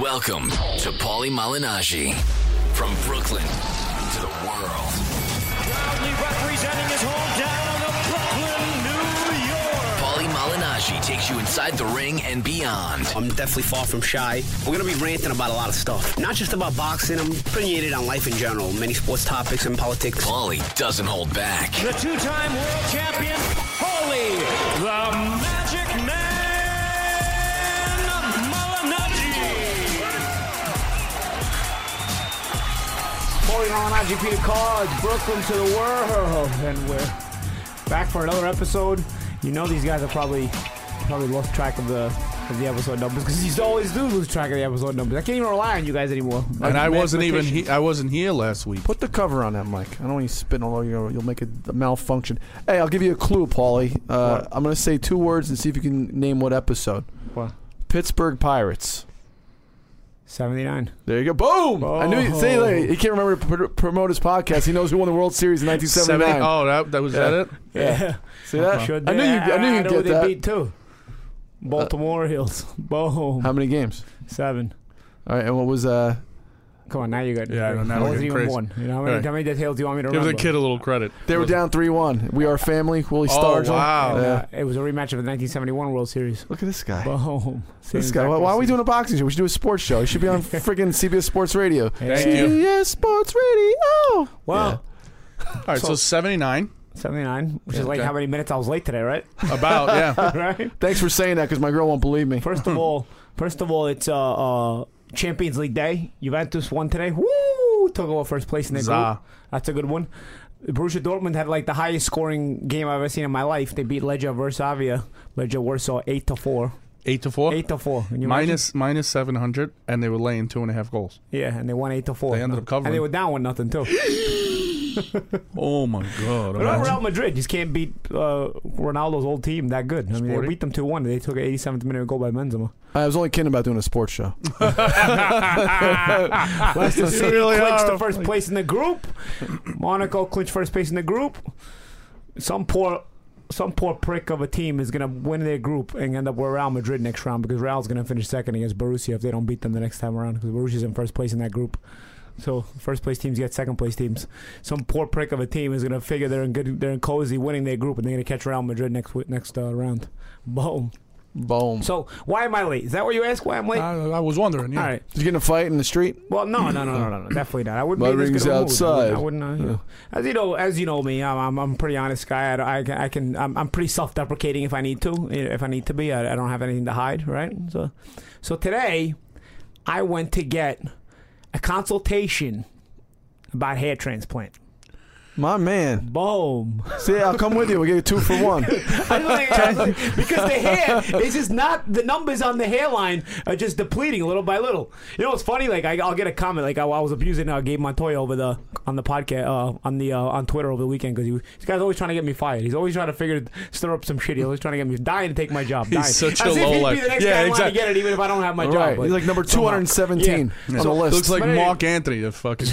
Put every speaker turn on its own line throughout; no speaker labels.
Welcome to Paulie Malignaggi from Brooklyn to the world.
proudly representing his hometown of Brooklyn, New York.
Paulie Malignaggi takes you inside the ring and beyond.
I'm definitely far from shy. We're gonna be ranting about a lot of stuff, not just about boxing. I'm opinionated on life in general, many sports topics and politics.
Paulie doesn't hold back.
The two-time world champion, Holy the Magic Man Malinaji.
Corey Malignaggi, Peter College, Brooklyn to the world, and we're back for another episode. You know these guys have probably probably lost track of the of the episode numbers because you always do lose track of the episode numbers. I can't even rely on you guys anymore.
And I
Like,
wasn't even
mathematician.
he- I wasn't here last week.
Put the cover on that mic. I don't want you spitting all over you. You'll make it a malfunction. Hey, I'll give you a clue, Paulie. Uh, I'm going to say two words and see if you can name what episode.
What?
Pittsburgh Pirates.
seventy-nine.
There you go. Boom! I knew you. See,
Oh.
like, he can't remember to pr- promote his podcast. He knows who won the World Series in
Seventy.
1979.
Oh, that, that was that it.
Yeah,
See that?
sure.
Uh, I knew you. I knew
know
you'd get
uh-huh. they
that.
beat too. Baltimore Hills. Boom.
How many games?
Seven.
All right, and what was uh?
Come on, now you got.
Yeah, I know, now
I
we're
wasn't
getting
even
crazy.
one. You know how many,
All right.
how many details do you want me to
Give
remember?
the kid a little credit.
They were down three-one. We are family. Willie
Oh,
Stargell.
wow.
Yeah.
Uh, it was a rematch of the 1971 World Series.
Look at this guy.
Boom.
This guy. Why, why are we doing a boxing show? We should do a sports show. It should be on freaking CBS Sports Radio.
Thank
you.
CBS Sports Radio.
Well,
All right, so, seventy nine.
79, which is
Yeah,
like
okay.
how many minutes I was late today, right?
About yeah.
right?
Thanks for saying that because my girl won't believe me.
First
Hmm.
of all, first of all, it's uh, uh, Champions League day. Juventus won today. Woo! Took over first place in the
Za.
group. That's a good one. Borussia Dortmund had like the highest scoring game I've ever seen in my life. They beat Legia Varsavia, Legia Warsaw, eight to four,
Eight to four.
eight to four. Can you
Minus minus seven hundred, and they were laying two and a half goals.
imagine? yeah, and they won eight to four.
They ended up covering.
and they were down one nothing too.
Oh my god!
But
imagine.
Real Madrid just can't beat uh, Ronaldo's old team that good. I mean, they
Sporting.
beat them 2 1. They took an 87th minute goal by Benzema.
I was only kidding about doing a sports show.
Leicester City
really
clinched the
are.
first place in the group. Monaco clinched first place in the group. Some poor, some poor prick of a team is going to win their group and end up with Real Madrid next round because Real's going to finish second against Borussia if they don't beat them the next time around because Borussia's in first place in that group. So first place teams get second place teams. Some poor prick of a team is going to figure they're in good, they're in cozy winning their group and they're going to catch Real Madrid next wi- next uh, round. Boom.
Boom.
So why am I late? Is that what you ask? Why I'm late?
I, I was wondering. Yeah.
All right.
Did you get in a fight in the street?
Well, no, no, no, no, no, no, definitely not. I wouldn't
My
be in this
ring's
good of a mood.
outside.
I wouldn't. I wouldn't, uh, you know. As you know, as you know me, I'm I'm, I'm a pretty honest guy. I, don't- I, can- I can I'm, I'm pretty self-deprecating if I need to. you know, If I need to be, I, I don't have anything to hide, right? So, so today, I went to get a consultation about hair transplant.
My man.
Boom.
See, I'll come with you. We'll get you two for one.
I was like- I was like- because the hair is just not the numbers on the hairline are just depleting little by little. You know what's funny? Like I, I'll get a comment like I, I was abusing uh, Gabe Montoya over the on the podcast uh, on the uh, on Twitter over the weekend because he was- this guy's always trying to get me fired. He's always trying to figure stir up some shit. He's always trying to get me dying to take my job. He's dying.
such a
As if he'd be
lowlife.
the next
Yeah,
guy in line
exactly.
to get it, even if I don't have my
All
job.
right.
but
He's like number
somehow.
217
Yeah.
on the list.
Looks like
But anyway-
Mark Anthony, the fucking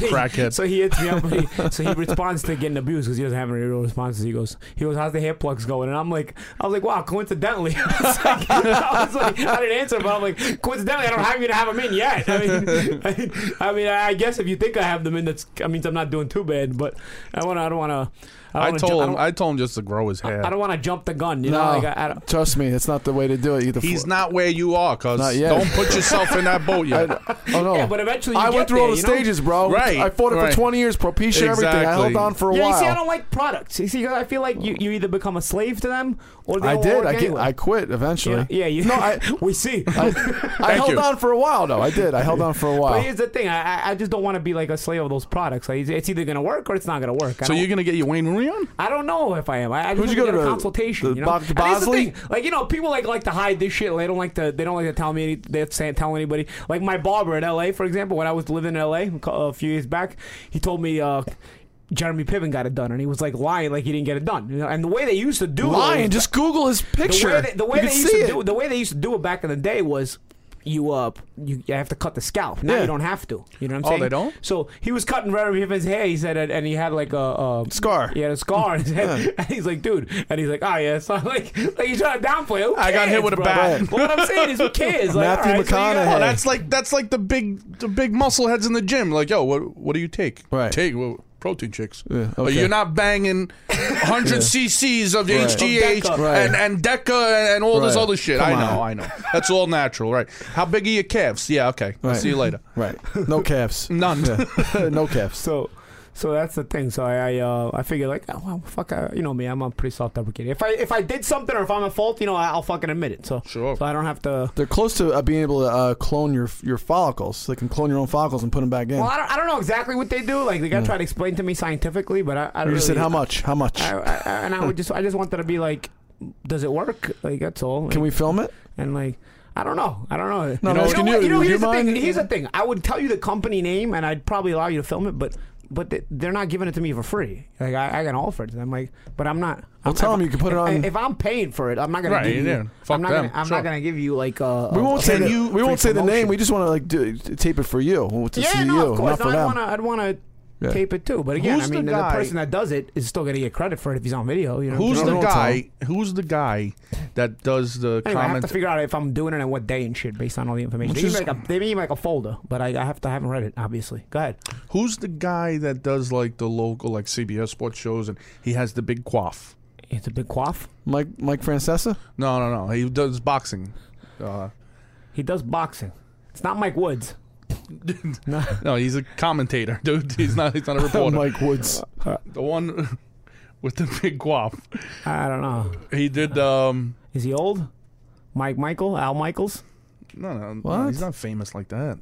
crackhead.
So he hits me up. and he- so he responds to getting abused because he doesn't have any real responses. He goes, he goes, how's the hair plugs going? And I'm like, I was like, wow, coincidentally. I was like, I, was like, I didn't answer, but I'm like, coincidentally, I don't have you to have them in yet. I mean, I, I mean, I guess if you think I have them in, that's, I mean, I'm not doing too bad. But I want, to I don't want to.
I
wanna
told
ju-
him. I told him just to grow his hair.
I don't want to jump the gun. You
no,
know, like I, I don't,
trust me, that's not the way to do it. You get the
He's
fl-
not where you are, cause
Not yet.
don't put yourself in that boat yet.
Oh no!
yeah, but eventually you
I
get
went through
there,
all the
you know?
stages, bro.
Right,
I fought it
right.
for 20 years, propecia, everything. I
Exactly.
held on for a
yeah,
while.
you see, I don't like products. You see, 'cause I feel like you, you either become a slave to them or they
I
don't
did.
work
I get,
anyway.
I quit eventually.
Yeah, yeah, you
No, I,
we see.
I, I held
you.
on for a while though. I did. I held on for a
But
while.
here's the thing. I, I- I just don't want to be like a slave of those products. Like, it's- it's either going to work or it's not going to work. I
So
don't-
you're gonna get your Wayne Rooney on?
I don't know if I am. I, I just
Who'd you
wanna
go
get
to?
a consultation.
The
you know?
Bob
And here's the
Bosley?
thing, Like you know, people like like to hide this shit. They don't like to. They don't like to tell me. any- They don't say- tell anybody. Like my barber in L.A. for example, when I was living in L.A. a cou- a few years back, he told me. Uh, Jeremy Piven got it done, and he was like lying, like he didn't get it done. You know, and the way they used to do it was-
Lying. Just Google his
the
picture.
way they, the way
you
they
can
used
see
to
it.
do the way they used to do it back in the day was you up. You, you have to cut the scalp. Now
Yeah.
you don't have to. You know what I'm
Oh,
saying?
they don't?
So he was cutting very of his hair. He said, and- and he had like a, a
Scar.
He had a scar on his head. And he's like, dude. And he's like, ah, yeah. So like, like he's trying to downplay. it. Who
I got
cares,
hit with a
bro?
bat.
But what I'm saying is, who cares? Like,
Matthew
all right, so you got-
McConaughey.
Oh, that's like that's like the big the big muscle heads in the gym. Like, yo, what what do you take?
Right.
Take well, protein chicks.
Yeah,
But
okay.
You're not banging 100 cc's of
Right.
HGH
Of Deca.
Right.
and and Deca and all this
Right.
other shit.
Come
I know,
on.
I know. That's all natural, right? How big are your calves? Yeah, okay. I'll
Right.
see you later.
Right. No calves.
None.
Yeah. no calves.
So, so that's the thing. So I, I, uh, I figure like, oh, well, fuck, I, you know me, I'm a pretty self-deprecating. If I, if I did something or if I'm at fault, you know, I, will fucking admit it. So,
Sure.
so I don't have to.
They're close to uh, being able to uh, clone your your follicles. they can clone your own follicles and put them back in.
Well, I don't, I don't know exactly what they do. Like they gotta try to explain to me scientifically, but I, I
you
really,
just said how much? How much?
I, I, I- and I would just, I just wanted to be like, does it work? Like that's all.
can we
Like,
film it?
And like. I don't know. I don't know.
No, no,
you
can
know, what?
you-
you know
would you
here's the thing.
mind-
Here's the thing. I would tell you the company name, and I'd probably allow you to film it, but but they- they're not giving it to me for free. Like I, I can offer it to them, like, but I'm not. I'm,
tell
if-
them you can put it
if-
on-
If I'm paying for it, I'm not gonna.
Right,
give you,
yeah, fuck
I'm not
them,
Gonna, I'm
sure.
not gonna give you like. Uh,
We
a-
won't
a
say
free-
the, we won't
free
say the name.
promotion.
We just want to like do, t- tape it for you to
yeah,
see
no,
you,
of course.
E not for
No, I'd
them.
want to. I'd want to
Yeah.
tape it too. But again,
Who's
I
the
mean, the,
guy-
person that does it is still gonna get credit for it if he's on video. You know.
Who's
what I'm
the
saying?
guy? Who's the guy that does the
Anyway, I have to
comment?
figure out if I'm doing it and what day and shit based on all the information. They
Which
give,
is-
me like a, they give me like a folder, but I, I have to I haven't read it obviously. Go ahead.
Who's the guy that does like the local like CBS sports shows and he has the big quaff?
It's a big quaff.
Mike Mike Francesa.
No, no, no. He does boxing. Uh,
He does boxing. It's not Mike Woods.
no, he's a commentator, dude. He's not. He's not a reporter.
Mike Woods.
The one with the big guap.
I don't know.
He did. Um,
Is he old? Mike Michael? Al Michaels?
no, no, no,
What?
he's not famous like that.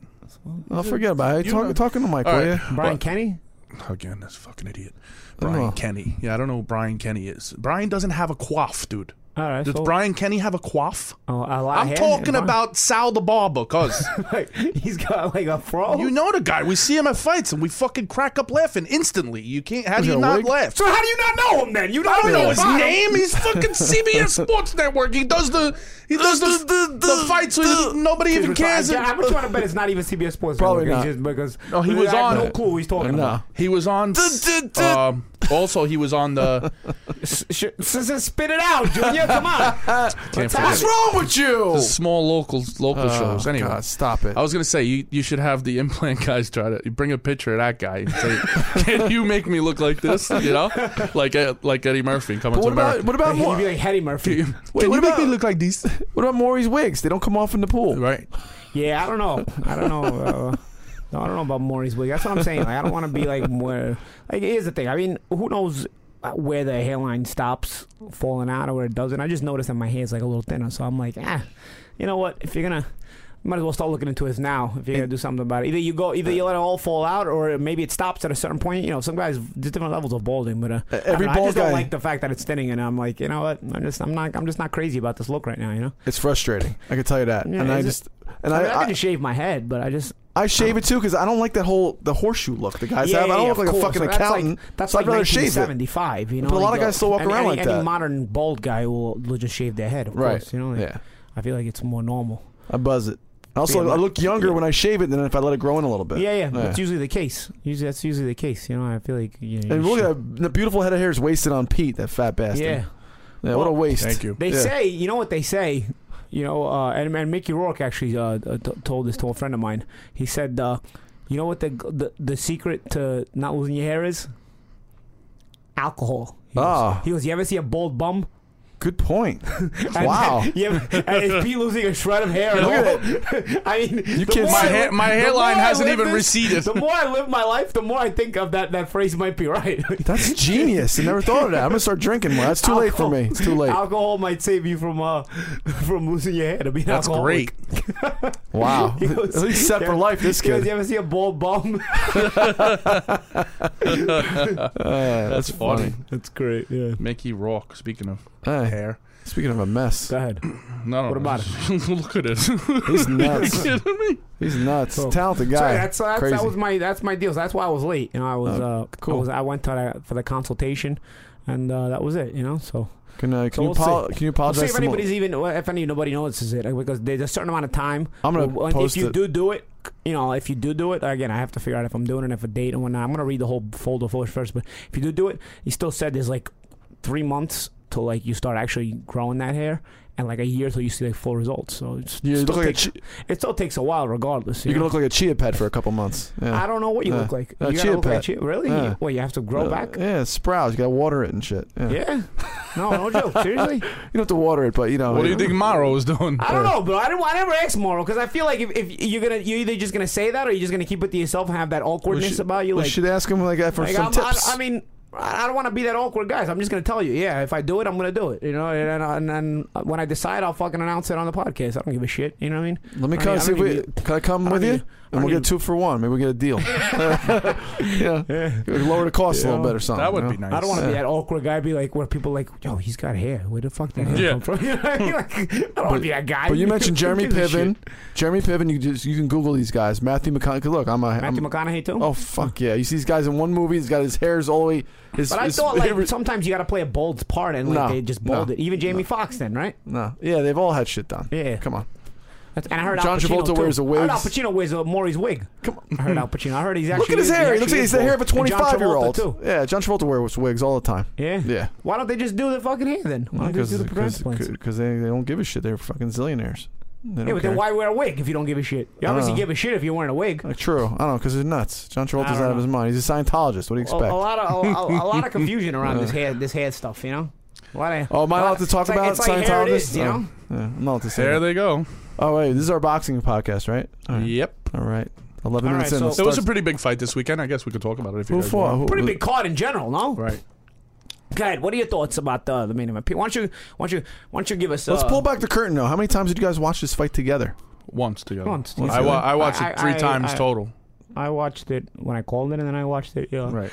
I'll forget about it.
You know-
Talk, talking to Mike,
All
will
right.
you?
Brian Kenny?
Again, that's fucking idiot.
don't
Brian
know.
Kenny. Yeah, I don't know who Brian Kenny is. Brian doesn't have a quaff, dude.
All right.
Does
so,
Brian Kenny have a quaff?
Oh, a lot of
I'm
hair?
talking
Brian-
about Sal the barber, cause
Like, he's got like a fro.
you know the guy. We see him at fights and we fucking crack up laughing instantly. You can't. How do
Is
you
it a
not
wig?
laugh?
so how do you not know him then? You
I don't know his
about him.
name. He's fucking CBS Sports Network. He does the he does the the, fights with nobody even cares.
Yeah, I'm trying to bet it's not even CBS Sports.
Probably
Network.
not.
It's just because
No, he
I
was
have
on
No
it.
clue what he's talking
No.
about.
He was on. um, also, he was on the.
S- sh- s- s- spit it out, Junior. Come on.
Can't
What's
forget
happening?
wrong with you?
the small local local shows. Anyway,
God, stop it.
I was gonna say you, you should have the implant guys try to you bring a picture of that guy and say, "Can you make me look like this?" You know, like uh, like Eddie Murphy coming
But what
to
about
America.
what about
He'd be
Mo-
like Hetty Murphy.
Can
Wait,
you
what
make me
about-
look like these?
what about Maury's wigs? They don't come off in the pool.
Right.
Yeah, I don't know. I don't know. Uh, no, I don't know about Maury's wig. That's what I'm saying. Like, I don't want to be like more. Like, here's the thing. I mean, who knows uh, where the hairline stops falling out or where it doesn't? I just noticed that my hair's like a little thinner, so I'm like, ah, you know what? If you're gonna, you might as well start looking into it now. If you're gonna do something about it, either you go, either you let it all fall out, or maybe it stops at a certain point. You know, some guys there's different levels of balding, but uh, I don't
E-, every
know, I
bald
just
guy-
don't like the fact that it's thinning, and I'm like, you know what? I'm just, I'm not, I'm just not crazy about this look right now. You know,
It's frustrating. I can tell you that.
Yeah,
and I
is it-
just and
I, mean, I,
I,
can just shave my head, but I just.
I shave it too because I don't like that whole the horseshoe look the guys have. I don't look
of
like
course.
a fucking
So
accountant.
That's like, that's
so
like
I'd rather shave it.
1975, you know.
But a lot
like,
of guys still walk
any,
around
any,
like
Any
that.
modern bald guy will, will just shave their head, of
Right.
course. You know, like,
Yeah.
I feel like it's more normal.
I buzz it. Also,
Yeah,
I look younger when I shave it than if I let it grow in a little bit.
yeah, yeah, That's usually the case. Usually, that's usually the case. You know, I feel like you know.
And
you
look
should-
at that, the beautiful head of hair is wasted on Pete, that fat bastard.
yeah.
Yeah, what a
Well,
waste.
Thank you.
They
Yeah.
say, you know what they say, you know, uh, and, and Mickey Rourke actually uh, t- told this to a friend of mine. He said, uh, you know what the, the the secret to not losing your hair is? Alcohol. He goes,
Ah.
he goes, you ever see a bald bum?
Good point.
And-
wow.
yeah, and is Pete losing a shred of hair? at
Look at
all? I mean, you
can't
My
see-
hair, my hairline hasn't even receded.
The more I live my life, the more I think of that. That phrase might be right.
That's genius. I never thought of that. I'm gonna start drinking more. That's too late for me. It's too late.
Alcohol might save you from uh, from losing your hair to be an
That's
alcoholic.
great.
Wow.
He goes-
He's set for
Yeah.
life. This
He goes, you
kid.
ever see a bald bum?
Uh,
That's funny.
That's great. Yeah.
Mickey Rock. Speaking of
hey,
hair,
speaking of a mess,
Go ahead.
no, no.
What about
it? look at this.
he's nuts.
Kidding me?
He's nuts.
So-
Talented
So
guy.
Oh. that's, that's
Crazy. Oh,
that was my that's my deal. So that's why I was late. You know, I was uh,
cool.
I, was, I went to that for the consultation, and uh, that was it. You know, so
Can, uh, can,
So
you
we'll
apo-
see.
can you
We'll see
apologize?
if
to Mo-
anybody's even if any nobody notices it like, because there's a certain amount of time.
I'm gonna
Well,
post
if you
it.
do do it, you know, if you do do it again, I have to figure out if I'm doing it if a date and whatnot. I'm gonna read the whole folder first, first, but if you do do it, he still said there's like three months till like you start actually growing that hair, and like a year till you see like full results. So it's
you
still
look like a
takes,
chi-
it still takes a while, regardless. You
you're gonna
know?
look like a chia pet for a couple months. Yeah.
I don't know what you
Yeah.
look like.
Uh,
you gotta
chia
look like
pet.
chia- really?
Yeah.
Well, you have to grow
Uh,
back.
Yeah, it sprouts. You got to water it and shit. Yeah.
Yeah. No, no joke. Seriously.
You don't have to water it, but you know.
What do you think Morrow is doing?
I don't know, bro. I, didn't, I never asked Moro because I feel like if, if you're gonna, you're either just gonna say that or you're just gonna keep it to yourself and have that
We
awkwardness
should,
about you.
we
Like,
should ask him like uh, for
like,
some
I'm- I,
tips.
I mean, I I don't want to be that awkward guy. So I'm just gonna tell you, yeah. If I do it, I'm gonna do it. You know, and and, and and when I decide, I'll fucking announce it on the podcast. I don't give a shit. You know what I mean?
Let me
I
come
mean, I
see if
don't
we
need-
can I come
I don't
with you,
need- I
and
don't
we'll get
need-
two for one. Maybe we get a deal. yeah. lower the cost a little bit or something.
That would
you
be
know?
nice.
I don't want to be that awkward guy. Be like, where people like, yo, he's got hair. Where the fuck did hair
Yeah.
come from? You know what I mean? Like, I don't want to be that guy.
But you mentioned
Who
Jeremy
gives a
Piven.
shit?
Jeremy Piven, you just you can Google these guys. Matthew McConaughey. Look, I'm a I'm-
Matthew McConaughey too.
Oh fuck yeah! You see these guys in one movie. He's got his hair's all the way. His,
But I
his-
thought like sometimes you got to play a bold part and like
No,
they just
no,
bold it. Even Jamie Foxx then, right?
no, yeah, they've all had shit done.
Yeah.
come on.
That's, and I heard
John
Al Pacino
Travolta
too.
wears a wig.
I heard Al Pacino wears a Maury's wig. Come on. I heard Al Pacino. I heard he's actually
Look at his
he
hair. He
actually
looks like he's
is
the hair of a
bald. And John
25 year
Travolta, too.
old. Yeah, John Travolta wears wigs all the time.
Yeah.
Yeah.
Why don't they just do the fucking hair then? Why don't they do the transplants?
because they, they don't give a shit. They're fucking zillionaires. They don't
Yeah, but
care.
then why wear a wig if you don't give a shit? You
I
obviously
don't know.
give a shit if you're wearing a wig.
Like, true. Uh, I don't know because they're nuts. John
I
Travolta's
don't
out of his
know.
mind. He's a Scientologist. What
A, a
do you expect? Uh.
lot of a, a- a lot of confusion around this hair this hair stuff, you know. A lot of,
oh, am I
a lot
allowed to
of-
talk
it's like,
about
it's like hair it
Scientologists?
is, you
Oh,
know.
yeah, I'm not allowed to say.
There
that.
they go.
Oh wait, this is our boxing podcast, right? All right.
Yep.
All right. Eleven
All
minutes
right,
in.
so-
let's
There was a
start-
pretty big fight this weekend. I guess we could talk about it if you
who
guys
fought?
want.
Who-
Pretty big card in general, no?
Right.
Go ahead. What are your thoughts about the, the main event? Why don't you why don't you why don't you give us
Let's
uh,
pull back the curtain though. How many times did you guys watch this fight together?
Once together.
Once together.
I, wa- I watched
I-
it three
I-
times
I-
total.
I watched it when I called it, and then I watched it. Yeah,
Right.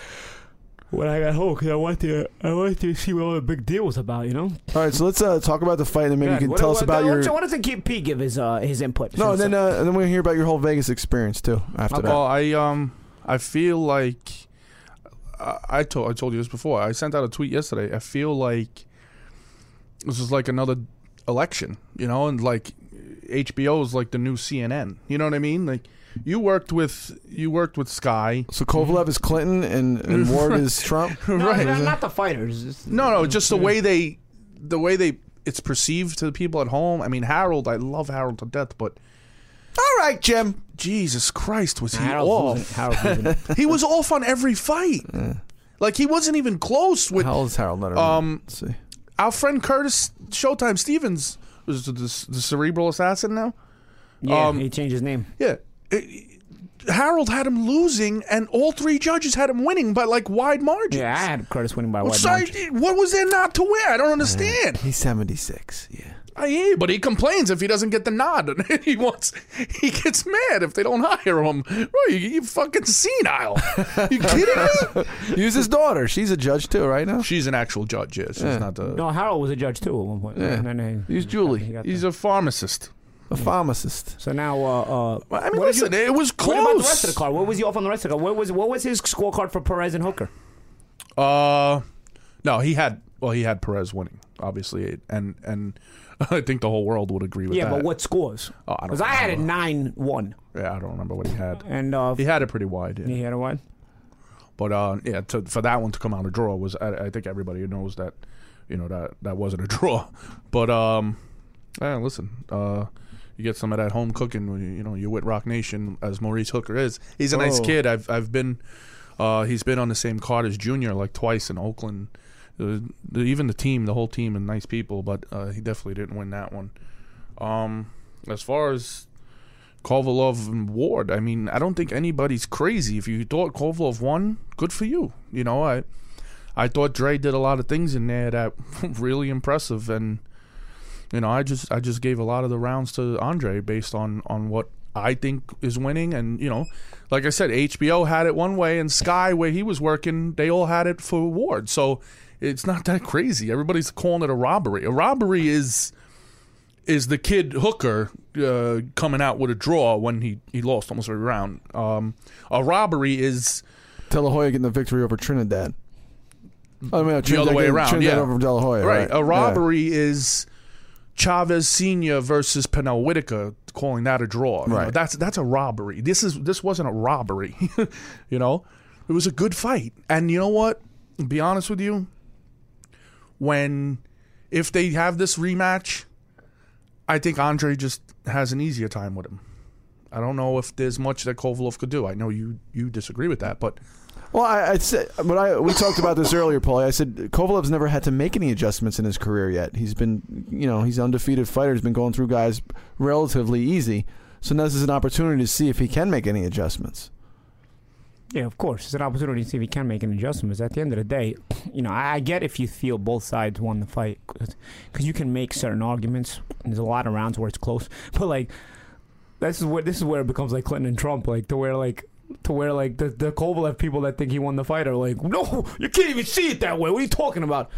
when I got home, 'cause I wanted to, I wanted to see what all the big deal was about. You know,
All right, so let's uh, talk about the fight, and maybe
Yeah,
you can
what-
tell us
what-
about
why
your.
don't you- Why doesn't Keep P give his uh, his input?
No, and
since,
then uh, and then we're gonna hear about your whole Vegas experience too after
Well, I um, I feel like I, I told I told you this before. I sent out a tweet yesterday. I feel like this is like another election, you know, and like HBO is like the new CNN. You know what I mean? Like you worked with you worked with Sky.
that. So Kovalev is Clinton and, and Ward is Trump.
no,
right.
not, not the fighters. It's-
No, no, just the way they, the way they, it's perceived to the people at home. I mean, Harold, I love Harold to death, but
All right, Jim.
Jesus Christ, was he
Harold's
off?
losing- Harold's losing it.
he was off on every fight. Like he wasn't even close with
How old is Harold? Letterman?
Um,
Let's see.
our friend Curtis Showtime Stevens was the, the, the cerebral assassin now.
yeah,
Um,
he changed his name.
Yeah. It- it- Harold had him losing, and all three judges had him winning by like wide margins.
Yeah, I had Curtis winning by
Well,
one.
sorry, what was there not to wear? I don't understand.
He's seventy six. Yeah.
I hear, but he complains if he doesn't get the nod. and he wants, he gets mad if they don't hire him. Bro, you, you fucking senile. You kidding me?
Use his daughter. She's a judge too, right now.
She's an actual judge. Yeah, she's not the.
No, Harold was a judge too at one point. And then he-
Use Julie.
he got
He's
the-
a pharmacist.
A pharmacist.
so now, uh, uh,
Well, I mean,
what did
listen,
you-
it was close.
What about the rest of the card? What was he off on the rest of the card? What was what was his scorecard for Perez and Hooker?
Uh, no, he had. Well, he had Perez winning, obviously, and and I think the whole world would agree with
Yeah,
that.
but what scores?
Oh, I don't
Because I had it
remember.
nine one,
Yeah, I don't remember what he had.
and uh,
He had it pretty wide, yeah.
he had a one.
but uh, yeah, to, for that one to come out a draw was, I, I think everybody knows that, you know that that wasn't a draw. But um, yeah, listen, uh, you get some of that home cooking. When you, you know, you're with Rock Nation as Maurice Hooker is. He's a nice
Oh.
kid. I've I've been, uh, he's been on the same card as Junior like twice in Oakland. Uh, the, even the team, the whole team, and nice people. But uh, he definitely didn't win that one. Um, as far as Kovalov and Ward, I mean, I don't think anybody's crazy. If you thought Kovalov won, good for you. You know, I I thought Dre did a lot of things in there that really impressive, and you know, I just I just gave a lot of the rounds to Andre based on on what I think is winning, and you know, like I said, HBO had it one way, and Sky where he was working, they all had it for Ward. So it's not that crazy. Everybody's calling it a robbery. A robbery is is the kid Hooker uh, coming out with a draw when he, he lost almost every round. Um, a robbery is
Delahoya getting the victory over Trinidad. I mean,
the other way around. Yeah,
that over from De La Hoya,
right.
right?
A robbery is Chavez Senior versus Penel Whitaker, calling that a draw. You know,
Right.
that's that's a robbery. This is this wasn't a robbery. you know, it was a good fight. And you know what? To be honest with you, when if they have this rematch, I think Andre just has an easier time with him. I don't know if there's much that Kovalov could do. I know you you disagree with that, but
Yeah. Well, I, I said, but I we talked about this earlier, Paul. I said Kovalev's never had to make any adjustments in his career yet. He's been, you know, he's undefeated fighter. He's been going through guys relatively easy. So now this is an opportunity to see if he can make any adjustments.
Yeah, of course. It's an opportunity to see if he can make an adjustment. Because at the end of the day, you know, I I get if you feel both sides won the fight because you can make certain arguments. and There's a lot of rounds where it's close, but like this is where this is where it becomes like Clinton and Trump, like to where like to where like the the Kovalev people that think he won the fight are like, no, you can't even see it that way. What are you talking about?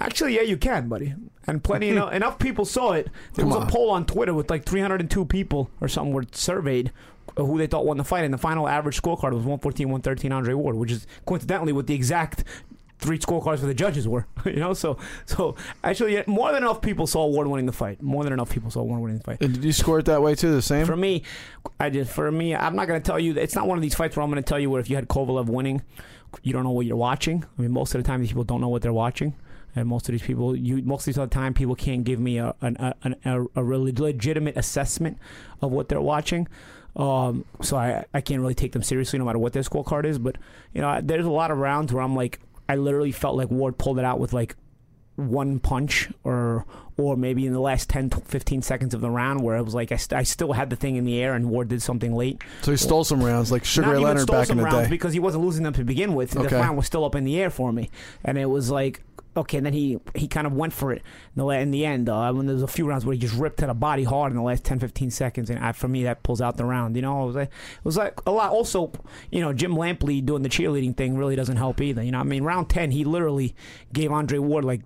Actually, yeah, you can, buddy. And plenty enough, enough people saw it. There was
Come on.
a poll on Twitter with like 302 people or something were surveyed of who they thought won the fight, and the final average scorecard was 114, 113 Andre Ward, which is coincidentally what the exact three scorecards for the judges were. you know, so so actually, yeah, more than enough people saw Ward winning the fight. More than enough people saw Ward winning the fight.
And did you score it that way too? The same.
For me, I just for me, I'm not gonna tell you. It's not one of these fights where I'm gonna tell you where if you had Kovalev winning, you don't know what you're watching. I mean, most of the time, these people don't know what they're watching, and most of these people, you most of the time, people can't give me a an, a, an, a, a really legitimate assessment of what they're watching. Um, so I I can't really take them seriously, no matter what their scorecard is. But you know, I- there's a lot of rounds where I'm like, I literally felt like Ward pulled it out with like one punch or or maybe in the last 10 tw- 15 seconds of the round where it was like I, st- I still had the thing in the air and Ward did something late.
So he stole some rounds, like Sugar Ray
Not even
Leonard
stole
back in
some
the
rounds
day.
because he wasn't losing them to begin with. The
Okay.
round was still up in the air for me and it was like okay and then he he kind of went for it in the, la- in the end uh, when there was a few rounds where he just ripped to the body hard in the last 10 15 seconds and I, for me that pulls out the round you know it was, like, it was like a lot also you know Jim Lampley doing the cheerleading thing really doesn't help either you know I mean round 10 he literally gave Andre Ward like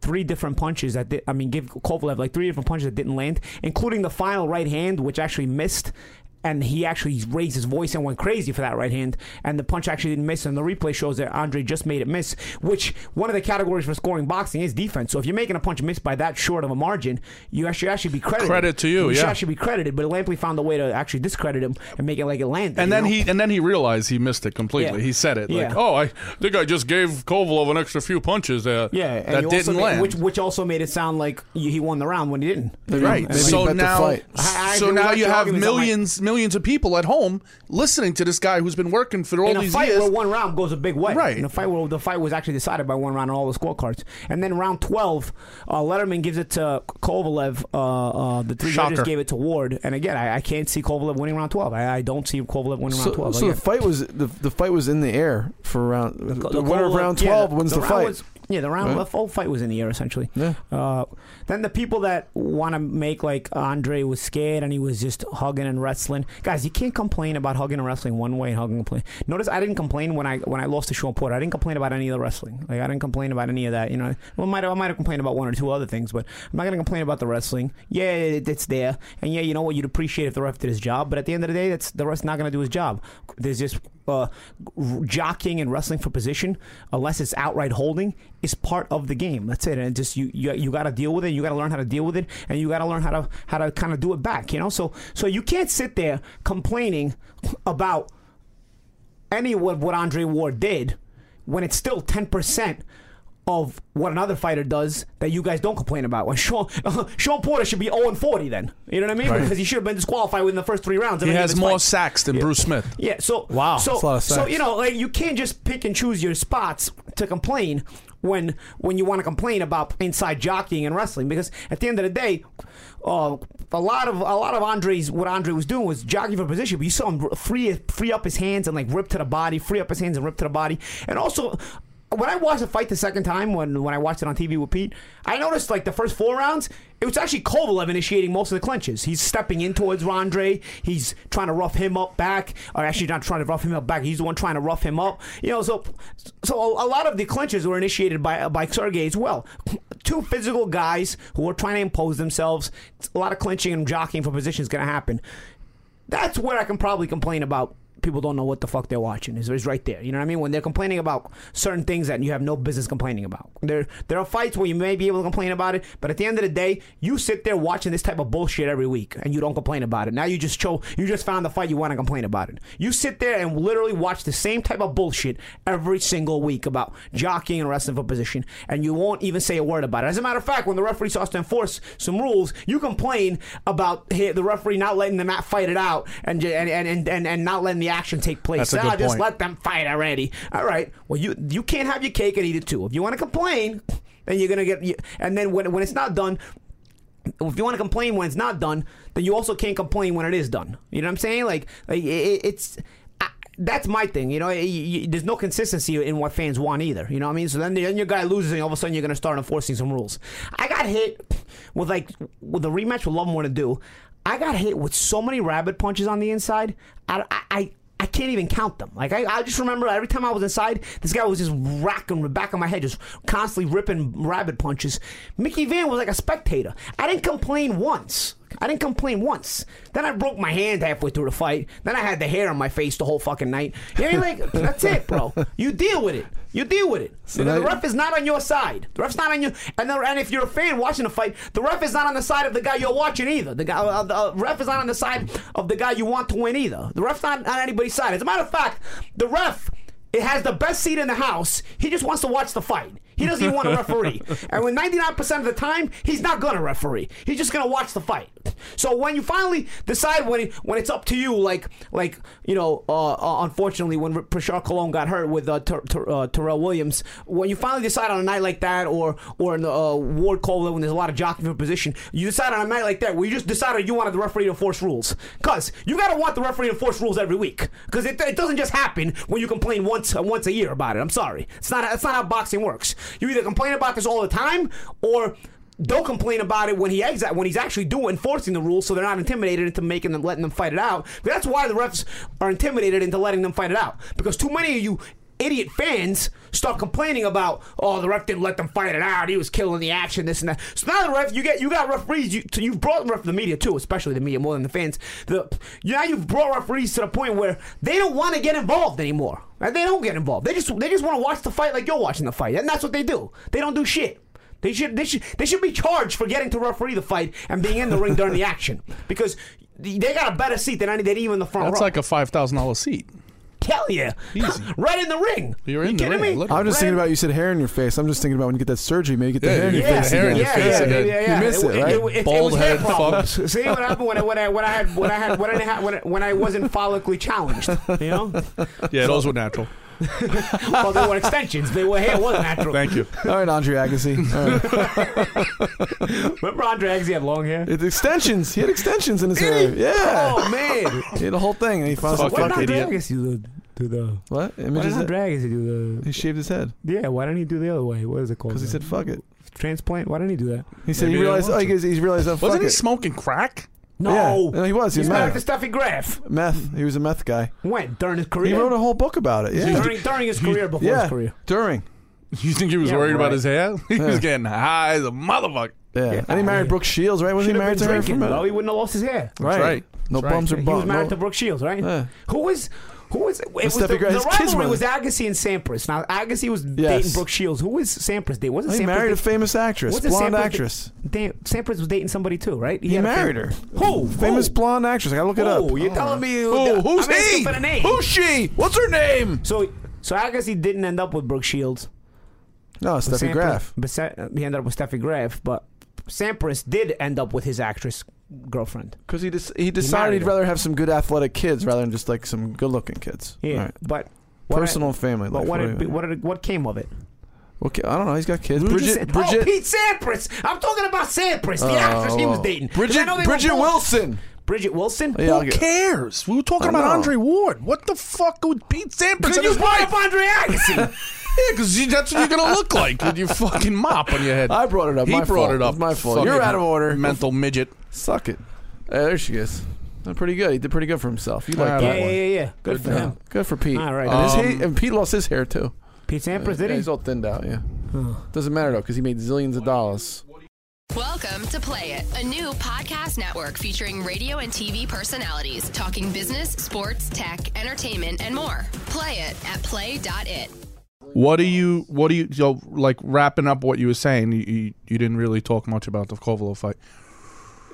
three different punches that did, I mean, give Kovalev like three different punches that didn't land, including the final right hand, which actually missed. And he actually raised his voice and went crazy for that right hand. And the punch actually didn't miss. And the replay shows that Andre just made it miss, which one of the categories for scoring boxing is defense. So if you're making a punch miss by that short of a margin, you actually actually be credited.
Credit to you,
should
yeah.
actually be credited. But Lampley found a way to actually discredit him and make it like it landed.
And
you
then
know?
he and then he realized he missed it completely.
Yeah.
He said it like,
Yeah.
"Oh, I think I just gave Kovalov an extra few punches there
yeah, and you
that
also
didn't
made-
land."
Which which also made it sound like he won the round when he didn't.
right.
Maybe he
so
bet the
now,
fight.
I- I
so
agree with
now
that
you
your
have
argument is on my-
millions millions of people at home listening to this guy who's been working for all
in a
these
fight
years.
where one round goes a big way.
Right.
In a fight where the fight was actually decided by one round on all the scorecards. And then round 12, uh, Letterman gives it to Kovalev. Uh, uh, the three
Shocker.
judges gave it to Ward. And again, I, I can't see Kovalev winning round 12. I, I don't see Kovalev winning
So,
round 12.
so the
again.
fight was the, the fight was in the air for round. The,
The
winner of
Kovalev-
round
yeah,
twelve wins the,
round
fight.
was- yeah, the round the
Right.
whole fight was in the air essentially.
Yeah.
Uh, then the people that want to make like Andre was scared and he was just hugging and wrestling. Guys, you can't complain about hugging and wrestling one way and hugging and playing. Notice I didn't complain when I when I lost to Sean Porter. I didn't complain about any of the wrestling. Like I didn't complain about any of that. You know, well, I might have- I might have complained about one or two other things, but I'm not gonna complain about the wrestling. Yeah, it, it's there, and yeah, you know what? You'd appreciate if the ref did his job, but at the end of the day, that's the ref's not gonna do his job. There's just uh, r- jockeying and wrestling for position, unless it's outright holding, is part of the game. That's it. And just you, you, you got to deal with it. You got to learn how to deal with it, and you got to learn how to how to kind of do it back. You know, so so you can't sit there complaining about any of what, what Andre Ward did when it's still 10% of what another fighter does that you guys don't complain about. Well, Sean, Sean Porter should be 0 40 then. You know what I mean? Because he should have been disqualified within the first three rounds. of
he
any of
has
his
more
fights.
sacks than Bruce Smith.
Yeah. So
Wow,
So
that's a lot of
so
sacks.
you know, like you can't just pick and choose your spots to complain when when you want to complain about inside jockeying and wrestling because at the end of the day, uh, a lot of a lot of Andre's what Andre was doing was jockeying for position, but you saw him free free up his hands and like rip to the body, free up his hands and rip to the body, and also. When I watched the fight the second time, when, when I watched it on TV with Pete, I noticed like the first four rounds, it was actually Kovalev initiating most of the clinches. He's stepping in towards Rondre. He's trying to rough him up back, or actually not trying to rough him up back. He's the one trying to rough him up. You know, so so a, a lot of the clinches were initiated by by Sergey as well. Two physical guys who were trying to impose themselves. A lot of clinching and jockeying for position is going to happen. That's where I can probably complain about people don't know what the fuck they're watching. It's, it's right there. You know what I mean? When they're complaining about certain things that you have no business complaining about. There there are fights where you may be able to complain about it, but at the end of the day, you sit there watching this type of bullshit every week and you don't complain about it. Now you just cho- you just found the fight you want to complain about it. You sit there and literally watch the same type of bullshit every single week about jockeying and wrestling for position, and you won't even say a word about it. As a matter of fact, when the referee starts to enforce some rules, you complain about hey, the referee not letting the mat fight it out and ju- and, and, and, and, and not letting the action take place.
That's a
"Ah,
good
just
point.
let them fight already. All right. Well, you you can't have your cake and eat it too. If you want to complain, then you're gonna get. you- And then when when it's not done, if you want to complain when it's not done, then you also can't complain when it is done. You know what I'm saying? Like, like i- i it's. I, that's my thing, you know. y y there's no consistency in what fans want either. You know what I mean? So then, then your guy loses, and all of a sudden you're gonna start enforcing some rules. I got hit with like with a rematch with Love More to Do. I got hit with so many rabbit punches on the inside. I, I, I I can't even count them. Like I, I just remember every time I was inside, this guy was just racking the back of my head, just constantly ripping rabbit punches. Mickey Van was like a spectator. I didn't complain once. I didn't complain once. Then I broke my hand halfway through the fight. Then I had the hair on my face the whole fucking night. You know, like that's it, bro. You deal with it. You deal with it. You know, the
that-
ref is not on your side. The ref's not on you. And the, and if you're a fan watching the fight, the ref is not on the side of the guy you're watching either. The guy, uh, the uh, ref is not on the side of the guy you want to win either. The ref's not on anybody's side. As a matter of fact, the ref. It has the best seat in the house. He just wants to watch the fight. He doesn't even want to referee. And when 99% of the time, he's not going to referee. He's just going to watch the fight. So when you finally decide when it, when it's up to you, like like you know, uh, uh, unfortunately, when Prashar Cologne got hurt with uh, Ter- Ter- uh, Terrell Williams, when you finally decide on a night like that, or or in the uh, Ward Cola when there's a lot of jockeying for position, you decide on a night like that where you just decided you wanted the referee to enforce rules, cause you gotta want the referee to enforce rules every week, cause it, it doesn't just happen when you complain once uh, once a year about it. I'm sorry, it's not that's not how boxing works. You either complain about this all the time or don't complain about it when he exit when he's actually doing enforcing the rules, so they're not intimidated into making them letting them fight it out. But that's why the refs are intimidated into letting them fight it out because too many of you idiot fans start complaining about oh the ref didn't let them fight it out he was killing the action this and that so now the ref you get you got referees you so you've brought ref the media too especially the media more than the fans the now you've brought referees to the point where they don't want to get involved anymore right? they don't get involved they just they just want to watch the fight like you're watching the fight and that's what they do they don't do shit they should they should they should be charged for getting to referee the fight and being in the ring during the action because they got a better seat than any than even the front
That's
row.
like a five thousand dollar seat.
Hell yeah,
Easy.
right in the ring.
You're in
you
the
kidding
ring,
Me?
literally.
I'm just
Right
thinking
in-
about you said hair in your face. I'm just thinking about when you get that surgery, maybe you get
Yeah,
the hair in your
you get
face.
the hair in
again.
your face
yeah,
again.
yeah, yeah.
You miss it,
wa-
right?
wa-
Bald
was hair
head
problems.
fuck.
See what happened when I when I when I had when I had when I had when I, when I wasn't follically challenged. You know,
Yeah, those were natural.
well, they were extensions. They were hair was natural.
Thank you.
All right, Andre Agassi. All right.
Remember Andre Agassi had long hair.
It's extensions. He had extensions in his hair. Yeah.
Oh man,
He had the whole thing, and he found some
Fuck
why
fucking
did Andre
idiot.
Agassi do the do the?
what?
Why
Images
did
that-
Andre Agassi do
He shaved his head
the? Yeah, why didn't he do the other way? What is it called?
because he said "fuck it."
transplant. Why didn't he do that?
He said
Maybe
he
they
realized.
want
Oh, he,
to.
goes- he realized that.
Wasn't
fuck
he
it.
smoking crack?
No,
Yeah. No, he was. He
he's
was
not the
meth.
Steffi Graf.
Meth. He was a meth guy.
When during his
He
career,
wrote a whole book about it. Yeah.
during, during his career before
yeah.
his career.
During.
You think he was
Yeah,
worried
right.
about his hair? he was getting high as a motherfucker.
Yeah.
Yeah.
And he married Brooke Shields, right? Was he
Should've
married to
been
her
drinking,
for a
though.
minute?
He wouldn't have lost his hair.
That's right.
No
That's
bums
right.
or
He was
bums.
married
no-
to Brooke Shields, right?
Yeah.
Who was who was it was the,
Steffi
the
Graf- his kid's
rivalry
mother.
was Agassi and Sampras. Now Agassi was dating
Yes.
Brooke Shields. Who was Sampras dating? Wasn't
He
Sampras
married a
dating-
famous actress,
wasn't
blonde
Sampras da-
actress.
Damn, Sampras was dating somebody too, right?
He
had a
married her.
fam- Who?
Famous
Who?
blonde actress. I gotta look it up. Oh.
Who? You're telling me who?
Who? Who's
I'm asking
he?
For the name.
Who's she? What's her name?
so so Agassi didn't end up with Brooke Shields.
No, Steffi
Sampras-
Graf.
But Sa- he ended up with Steffi Graf, but Sampras did end up with his actress girlfriend.
Because he des- he decided
married
he'd
her.
rather have some good athletic kids rather than just like some good looking kids.
Yeah,
All right.
but what
Personal family
But
life.
what
what do
it,
you-
what it, what came of it?
okay, I don't know. He's got kids.
Sa-
Bridget.
Oh,
Bridget.
Pete Sampras. I'm talking about Sampras, the
Oh,
actress he was
oh.
dating. 'Cause I
Bridget.
know they were
Bridget
both-
Wilson.
Bridget Wilson.
Yeah, I'll
Who
get-
cares? We were talking
I
about
know.
Andre Ward. What the fuck would Pete Sampras
Then
and
you
his
brought
wife?
up Andre Agassi.
Yeah, because that's what you're gonna look like with your fucking mop on your head.
I brought it up.
He
my
brought
fault.
it up.
It's my fault.
Fucking
You're out of order.
Mental midget.
Suck it. Uh, there she is. Uh, pretty good. He did pretty good for himself. You like
All
that
yeah, yeah,
right.
one?
yeah, yeah. Good for
Yeah.
him.
Good for Pete.
All right.
And, his
Um,
hair- and Pete lost his hair too.
Pete Sampras, did
Yeah,
he?
he's all thinned out. Yeah. Doesn't matter though, because he made zillions of dollars.
Welcome to Play It, a new podcast network featuring radio and TV personalities talking business, sports, tech, entertainment, and more. Play it at play.it.
What do you? What do you? you know, like wrapping up what you were saying. You, you, you didn't really talk much about the Kovalov fight.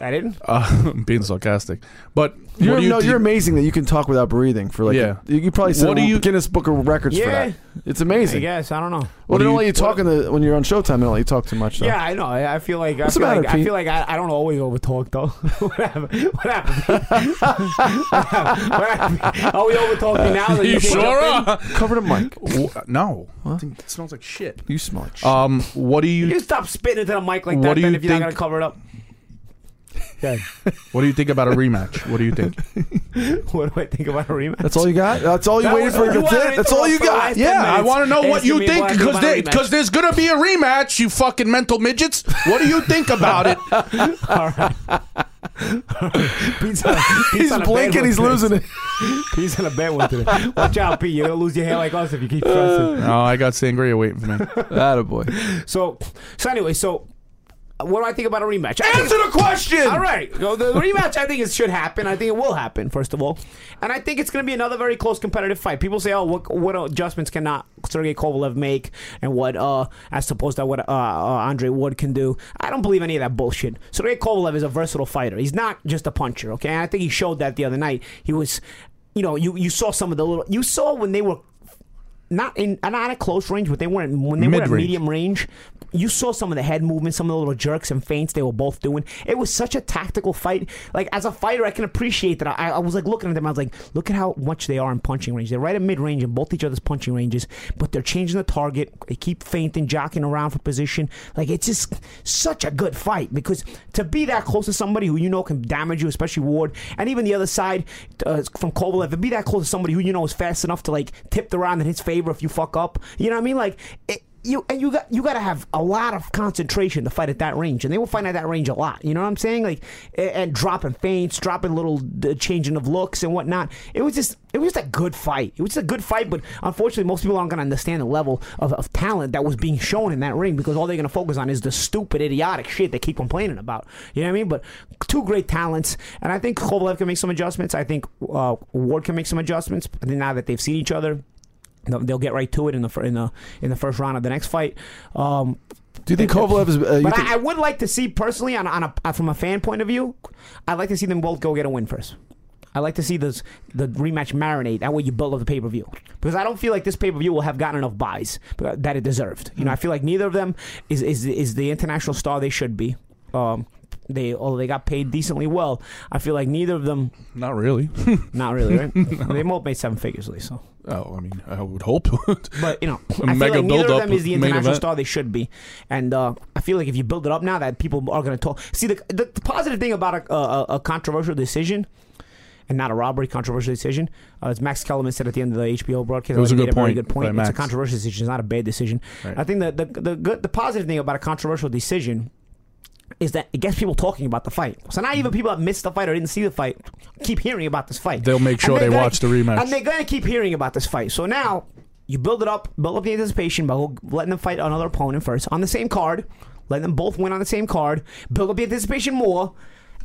I didn't.
Uh, I'm being sarcastic, but
You're,
what do you
no,
thi-
you're amazing that you can talk without breathing for like.
Yeah.
you, you probably set
What do
a
you-
Guinness Book of Records for
Yeah.
that. It's
I
amazing.
guess I don't know.
Well, they
do
don't
you-
let you talk in the, when you're on Showtime. They don't let you talk too much. Though.
Yeah, I know. I I feel like I
What's
feel
the matter,
like, I
Pete?
feel like I, I don't always overtalk though. what happened? What happened? what happened? Are we overtalking now? That
You
picked
sure
up in?
are.
cover the mic.
Wh- No, I think it smells like shit.
You smell like shit.
Um, what do you
You stop spitting into the mic like
What
that.
do
Then
you
if you're not
think-
gonna cover it up. Yeah.
What do you think about a rematch? What do you think?
what do I think about a rematch?
That's all you got. That's all you
That
waited
was-
for.
you
That's
wanted
it.
to
That's all you
interrupt for
got.
the last
Yeah.
ten
I
minutes.
want to know what
Asking
you
me
think
what I think
because
about a rematch.
there's gonna be a rematch. You fucking mental midgets. What do you think about it?
Pete's on, Pete's
He's
on a bad
blinking.
one
He's
today.
losing it.
Pete's on a bad one today. Watch out, Pete. You're gonna lose your hair like us if you keep pressing.
Oh, I got sangria waiting for me.
Attaboy.
So, so anyway, so what do I think about a rematch? I think-
Answer the question.
All right. So the rematch, I think it should happen. I think it will happen, first of all. And I think it's going to be another very close competitive fight. People say, oh, what, what adjustments cannot Sergey Kovalev make and what, uh, as opposed to what uh, uh, Andre Ward can do. I don't believe any of that bullshit. Sergey Kovalev is a versatile fighter. He's not just a puncher, okay? And I think he showed that the other night. He was, you know, you, you saw some of the little, you saw when they were not in not at close range, but they weren't when they were at
Mid-range.
medium range. You saw some of the head movements, some of the little jerks and feints they were both doing. It was such a tactical fight. Like as a fighter, I can appreciate that. I, I was like looking at them. I was like, look at how much they are in punching range. They're right at mid range in both each other's punching ranges, but they're changing the target. They keep feinting, jockeying around for position. Like it's just such a good fight because to be that close to somebody who you know can damage you, especially Ward, and even the other side uh, from Kovalev, to be that close to somebody who you know is fast enough to like tip the round in his favor if you fuck up. You know what I mean? Like it, you and you got you got to have a lot of concentration to fight at that range, and they will fight at that range a lot. You know what I'm saying? Like a- and dropping feints, dropping little uh, changing of looks and whatnot. It was just it was just a good fight. It was just a good fight, but unfortunately, most people aren't going to understand the level of, of talent that was being shown in that ring because all they're going to focus on is the stupid, idiotic shit they keep complaining about. You know what I mean? But two great talents, and I think Kovalev can make some adjustments. I think uh, Ward can make some adjustments. I think now that they've seen each other, they'll, they'll get right to it in the fir- in the in the first round of the next fight. Um,
Do you think Kovalev is? Uh, you
but
think-
I, I would like to see personally, on, on a, uh, from a fan point of view, I'd like to see them both go get a win first. I like to see this the rematch marinate. That way, you build up the pay per view because I don't feel like this pay per view will have gotten enough buys uh, that it deserved. You know,
Hmm.
I feel like neither of them is is is the international star they should be. Um, they although they got paid decently well, I feel like neither of them.
Not really.
Not really, right? They both made seven figures, at least. So.
Oh, I mean, I would hope.
But you know, I feel
mega
like neither of
build-up
them is the
main
international
event.
star they should be, and uh, I feel like if you build it up now, that people are going to talk. See, the, the, the positive thing about a, a, a controversial decision, and not a robbery controversial decision, uh, as Max Kellerman said at the end of the HBO broadcast,
It was
I
a
made
good
very
point
good
by
point. It's a
Max.
controversial decision. It's not a bad decision.
Right.
I think that the the good, the positive thing about a controversial decision is that it gets people talking about the fight. So now
Mm-hmm.
even people that missed the fight or didn't see the fight keep hearing about this fight.
They'll make
And
sure
they're
they
gonna-
watch the rematch.
And they're gonna keep hearing about this fight. So now you build it up, build up the anticipation by letting them fight another opponent first on the same card, let them both win on the same card, build up the anticipation more,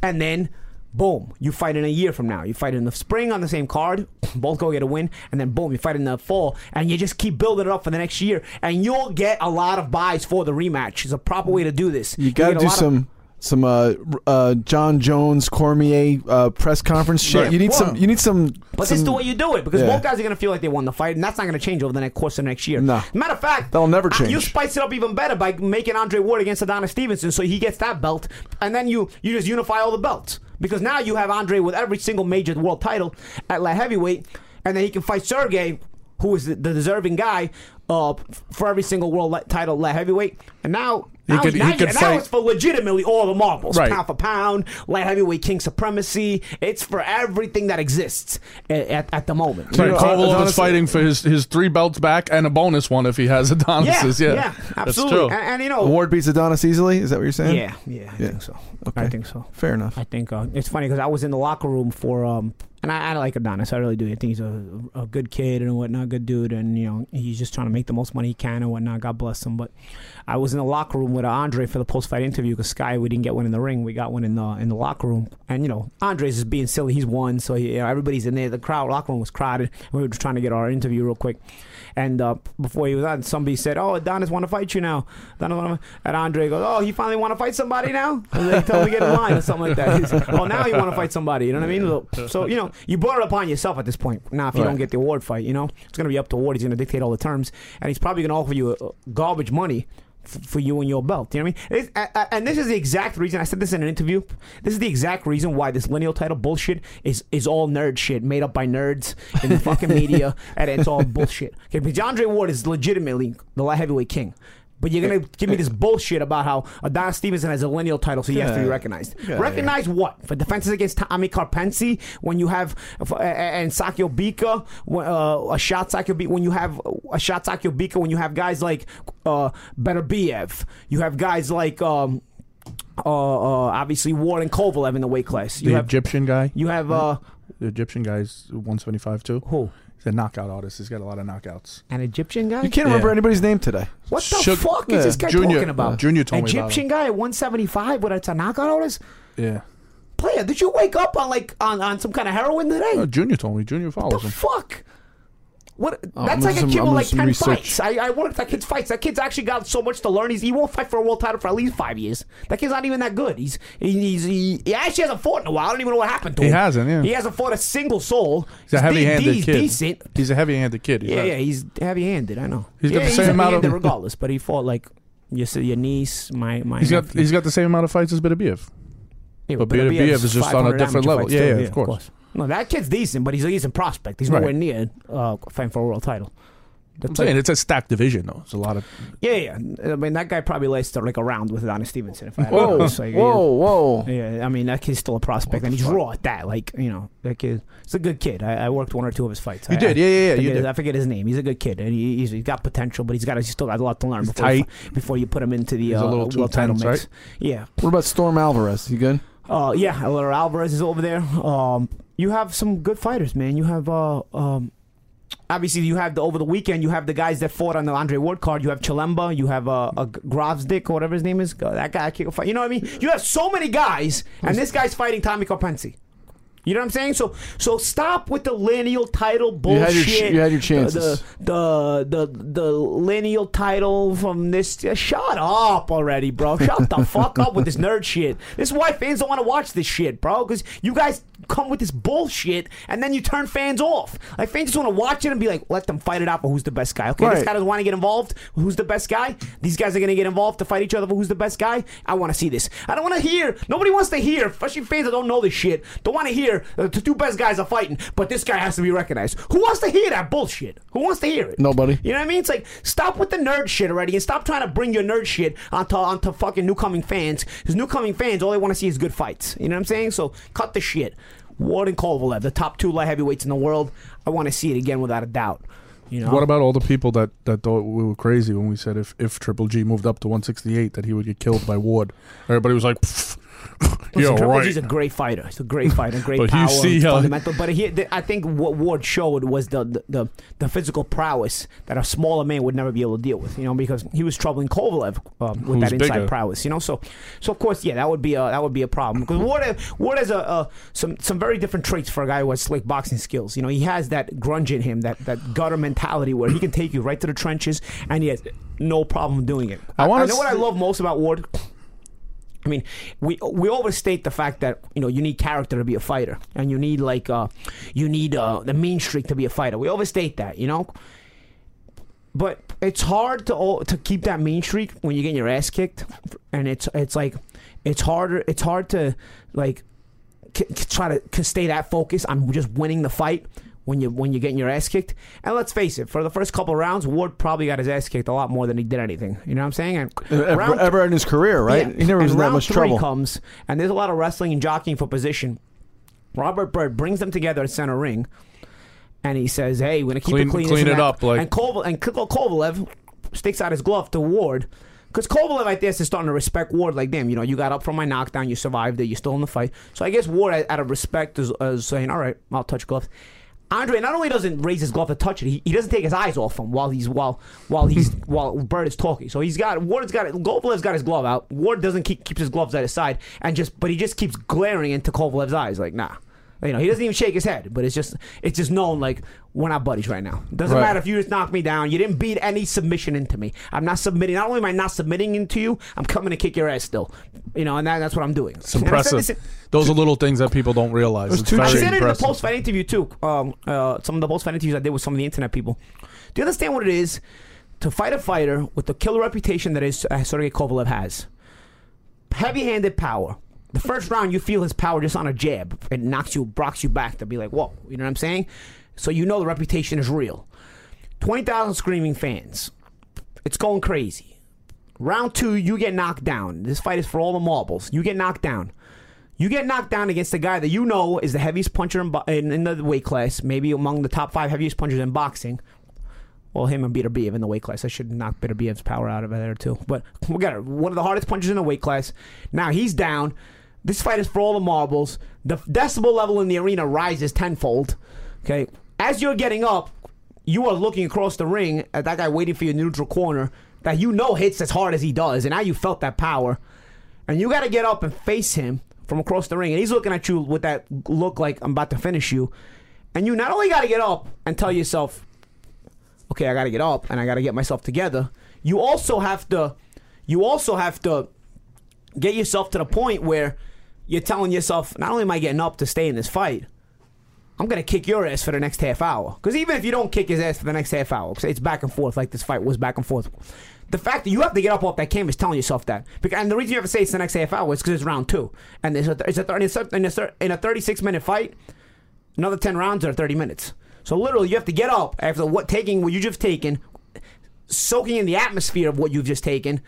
and then boom, you fight in a year from now. You fight in the spring on the same card, both go get a win, and then boom, you fight in the fall, and you just keep building it up for the next year, and you'll get a lot of buys for the rematch. It's a proper way to do this.
you
get
got to
a
do
lot of-
some some uh, uh, John Jones Cormier uh, press conference shit.
Right.
You need
Well,
some. You need some.
But this is
some-
the way you do it because
Yeah.
both guys are going to feel like they won the fight, and that's not going to change over the next course of next year.
No.
Matter of fact,
That'll never
I- you
change.
spice it up even better by making Andre Ward against Adonis Stevenson, so he gets that belt, and then you you just unify all the belts because now you have Andre with every single major world title at light heavyweight, and then he can fight Sergey, who is the, the deserving guy. Uh, for every single world li- title light heavyweight, and now
He
now,
could-
now,
he
you-
could
now
fight-
it's for legitimately all the marbles,
Right.
pound for pound, light heavyweight king supremacy. It's for everything that exists at, at, at the moment.
Right,
know,
Kovalov
Adonis-
is fighting for his, his three belts back and a bonus one if he has Adonis's. Yeah,
absolutely.
That's true.
And, and, you know,
Ward beats Adonis easily. Is that what you're saying?
Oh. yeah, yeah, I think so. I
Okay.
think so.
Fair enough.
I think uh, it's funny because I was in the locker room for, um, and I, I like Adonis. I really do. I think he's a, a good kid and whatnot, good dude, and you know he's just trying to make. make the most money he can and whatnot. God bless him. But I was in the locker room with Andre for the post fight interview because Sky we didn't get one in the ring. We got one in the in the locker room. And you know Andre's is being silly. He's won, so he, you know, everybody's in there. The crowd locker room was crowded. We were just trying to get our interview real quick. And uh, before he was on, somebody said, "Oh, Adonis want to fight you now." Adonis want to, and Andre goes, "Oh, he finally want to fight somebody now." And they tell him to get in line or something like that. He's, oh, now you want to fight somebody. You know what I mean? So- So you know you brought it upon yourself at this point. Now, if you
Right.
don't get the award fight, you know it's going to be up to Ward. He's going to dictate all the terms, and he's probably going to offer you uh, garbage money. f- For you and your belt, you know what I mean. It's, a- a- and this is the exact reason I said this in an interview. This is the exact reason why this lineal title bullshit is is all nerd shit made up by nerds in the fucking media, and it's all bullshit. Okay, because Andre Ward is legitimately the light heavyweight king. But you're
Eh,
gonna give me this bullshit about how Adonis Stevenson has a lineal title, so he has to be
Yeah.
recognized.
Yeah,
Recognize recognize what for defenses against Tommy Carpensi when you have f- a- a- and Sakio Bika uh, a shot Sakio Bika when you have a shot Sakio Bika when you have guys like uh, Better BF you have guys like um, uh, uh, obviously Ward and Kovalev in the weight class you
the
have
Egyptian guy.
you have uh,
the Egyptian guy's 175 too.
Who?
He's a knockout artist. He's got a lot of knockouts.
an Egyptian guy
You can't remember
Yeah.
anybody's name today.
what the
Shug-
fuck is
Yeah.
this guy
Junior-
talking about
Junior told me about
Egyptian guy at 175 with a knockout artist
Yeah.
player did you wake up on like on, on some kind of heroin today
Uh, Junior told me. Junior follows
the
him.
fuck? What?
Oh, I'm
that's like a
gonna
kid
do some-
with
I'm
like
gonna
ten
do some
fights. I, I worked that kid's fights. That kid's actually got so much to learn. He's, he won't fight for a world title for at least five years. That kid's not even that good. He's he, he's he, he actually hasn't fought in a while. I don't even know what happened to
He
him.
hasn't, yeah.
he hasn't fought a single soul.
He's a
de-
heavy-handed
de-
kid.
Decent.
He's a heavy-handed kid. He's
Yeah,
not-
yeah. He's heavy-handed. I know.
He's got
yeah,
the same amount of-
heavy-handed regardless. But he fought like your si- your niece, my my.
He's got
nephew.
he's got the same amount of fights as Biev.
Yeah,
But Beterbiev
Beterbiev's
is just on a
500
different
amateur
level.
fights
Yeah,
too.
yeah, of course.
No, that kid's decent, but he's a decent prospect. He's
Right.
nowhere near uh, fighting for a world title.
I'm
That's like-
saying it's a stacked division though. It's a lot of
yeah, yeah. I mean, that guy probably lasted like a round with Adonis Stevenson. If I had
Whoa,
to guess, like,
whoa, whoa!
Yeah, I mean that kid's still a prospect, and he's raw at that. Like you know, that kid, he's a good kid. I, I worked one or two of his fights.
You
I-
did,
I
yeah, yeah, yeah, you
forget-
did.
I forget his name. He's a good kid, and he, he's, he's got potential, but he's got he's still got a lot to learn before
tight.
You, before you put him into the
He's a
uh,
little
world
too
title
tense,
mix.
right?
Yeah,
What about Storm Alvarez? You good?
uh, yeah, Alora Alvarez is over there. Um, you have some good fighters, man. You have uh, um, obviously you have the over the weekend. You have the guys that fought on the Andre Ward card. You have Chalemba. You have uh, a Grovsdick or whatever his name is. Uh, That guy can't fight. You know what I mean? You have so many guys, and this guy's fighting Tommy Carpensi. You know what I'm saying? So so stop with the lineal title
You had
bullshit.
your ch- you had your chances.
The the the, the lineal title from this. yeah, Shut up already, bro. Shut the fuck up with this nerd shit. This is why fans don't want to watch this shit, bro. Because you guys come with this bullshit and then you turn fans off. Like fans just want to watch it and be like, let them fight it out for who's the best guy. Okay, this
Right.
guy doesn't want to get involved. Who's the best guy? These guys are gonna get involved to fight each other for who's the best guy. I want to see this. I don't want to hear. Nobody wants to hear. Especially fans that don't know this shit don't want to hear uh, the two best guys are fighting, but this guy has to be recognized. Who wants to hear that bullshit? Who wants to hear it?
Nobody.
You know what I mean? It's like stop with the nerd shit already, and stop trying to bring your nerd shit onto onto fucking new coming fans. Because new coming fans, all they want to see is good fights. You know what I'm saying? So cut the shit. Ward and Kovalev, the top two light heavyweights in the world. I want to see it again without a doubt. You know
What about all the people that, that thought we were crazy when we said if, if Triple G moved up to 168 that he would get killed by Ward? Everybody was like, "Yo,
Listen, Triple
right."
G's a great fighter. He's a great fighter, great
But you
power,
see
he's
how-
fundamental. But he, th- I think what Ward showed was the, the the the physical prowess that a smaller man would never be able to deal with. You know, because he was troubling Kovalev um, with
Who's
that inside
bigger.
prowess. You know, so so of course, yeah, that would be a that would be a problem because Ward Ward has a, a some some very different traits for a guy who has slick boxing skills. You know, he has that grunge in him, that that gutter mentality where he can take you right to the trenches, and he has no problem doing it.
I wanna
know what I
s-
love most about Ward. I mean, we we overstate the fact that you know you need character to be a fighter, and you need like uh, you need uh, the mean streak to be a fighter. We overstate that, you know. But it's hard to o- to keep that mean streak when you're getting your ass kicked, and it's it's like it's harder. It's hard to like c- c- try to c- stay that focused on just winning the fight when you when you're getting your ass kicked. And let's face it, for the first couple rounds, Ward probably got his ass kicked a lot more than he did anything. You know what I'm saying? And
Ever,
round-
Uh, ever in his career, E, right?
yeah.
He never
and
was in that
round
much
three
trouble.
Comes and there's a lot of wrestling and jockeying for position. Robert Byrd brings them together at center ring, and he says, "Hey, we're gonna keep
Clean-
it clean,
clean
this and
it
that."
up, like-
and Koval and Ko- Kovalev sticks out his glove to Ward. Because Kovalev, I guess, is starting to respect Ward. Like, damn, you know, you got up from my knockdown, you survived it, you're still in the fight. So I guess Ward, out out of respect, is, is saying, all right, I'll touch gloves. Andre not only doesn't raise his glove to touch it, he, he doesn't take his eyes off him while he's while while he's
Hmm.
while Bird is talking. So he's got Ward's got Kovalev's got his glove out. Ward doesn't keep keeps his gloves at his side and just but he just keeps glaring into Kovalev's eyes like nah. You know, he doesn't even shake his head, but it's just it's just known like we're not buddies right now. Doesn't
Right.
matter if you just knocked me down. You didn't beat any submission into me. I'm not submitting. Not only am I not submitting into you, I'm coming to kick your ass still. You know, and that, that's what I'm doing.
It's impressive. Those are little things that people don't realize. It's
two
very
I said it in the
impressive.
post fight interview too. Um, uh, some of the post fight interviews I did with some of the internet people. Do you understand what it is to fight a fighter with the killer reputation that is uh, Sergey Kovalev has? Heavy handed power. The first round, you feel his power just on a jab. It knocks you, rocks you back to be like, whoa. You know what I'm saying? So you know the reputation is real. 20,000 screaming fans. It's going crazy. Round two, you get knocked down. This fight is for all the marbles. You get knocked down. You get knocked down against a guy that you know is the heaviest puncher in, bo- in, in the weight class, maybe among the top five heaviest punchers in boxing. Well, him and Peter Biev in the weight class. I should knock Peter Biev's power out of there too. But we got it. uh, one of the hardest punchers in the weight class. Now he's down. This fight is for all the marbles. The decibel level in the arena rises tenfold. Okay, as you're getting up, you are looking across the ring at that guy waiting for your neutral corner that you know hits as hard as he does, and now you felt that power and you got to get up and face him from across the ring. And he's looking at you with that look like I'm about to finish you. And you not only got to get up and tell yourself, okay, I got to get up and I got to get myself together. You also have to, you also have to get yourself to the point where you're telling yourself, not only am I getting up to stay in this fight, I'm gonna kick your ass for the next half hour. Because even if you don't kick his ass for the next half hour, 'cause it's back and forth like this fight was back and forth. The fact that you have to get up off that canvas, telling yourself that, because, and the reason you have to say it's the next half hour is because it's round two, and it's a, it's a, it's a, in, a, thir- in a 36 minute fight, another 10 rounds are 30 minutes. So literally, you have to get up after what taking what you just taken, soaking in the atmosphere of what you've just taken,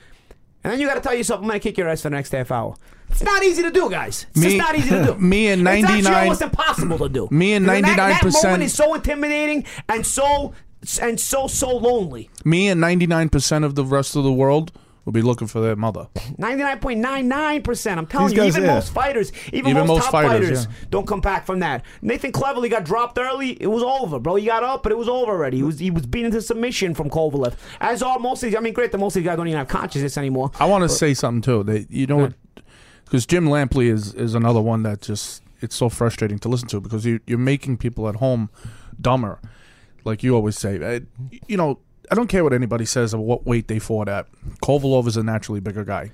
and then you got to tell yourself, "I'm gonna kick your ass for the next half hour." It's not easy to do, guys. It's
Me-
just not easy to do.
me and
It's actually
99
almost impossible to do.
Me and
Because that- That
99%
moment is so intimidating and so and so so lonely.
Me and 99% of the rest of the world will be looking for their mother.
Ninety nine point nine nine percent. I'm telling
These
you,
guys,
even
yeah.
most fighters, even,
Even
most,
most
top fighters,
fighters,
don't come back from that. Nathan Cleverly got dropped early. It was over, bro. He got up, but it was over already. He was he was beaten to submission from Kovalev. As are most of these. I mean, great that most of these guys don't even have consciousness anymore.
I want to say something too. That you know what? Because Jim Lampley is is another one that just it's so frustrating to listen to because you you're making people at home dumber, like you always say. I, you know, I don't care what anybody says or what weight they fought at. Kovalov is a naturally bigger guy.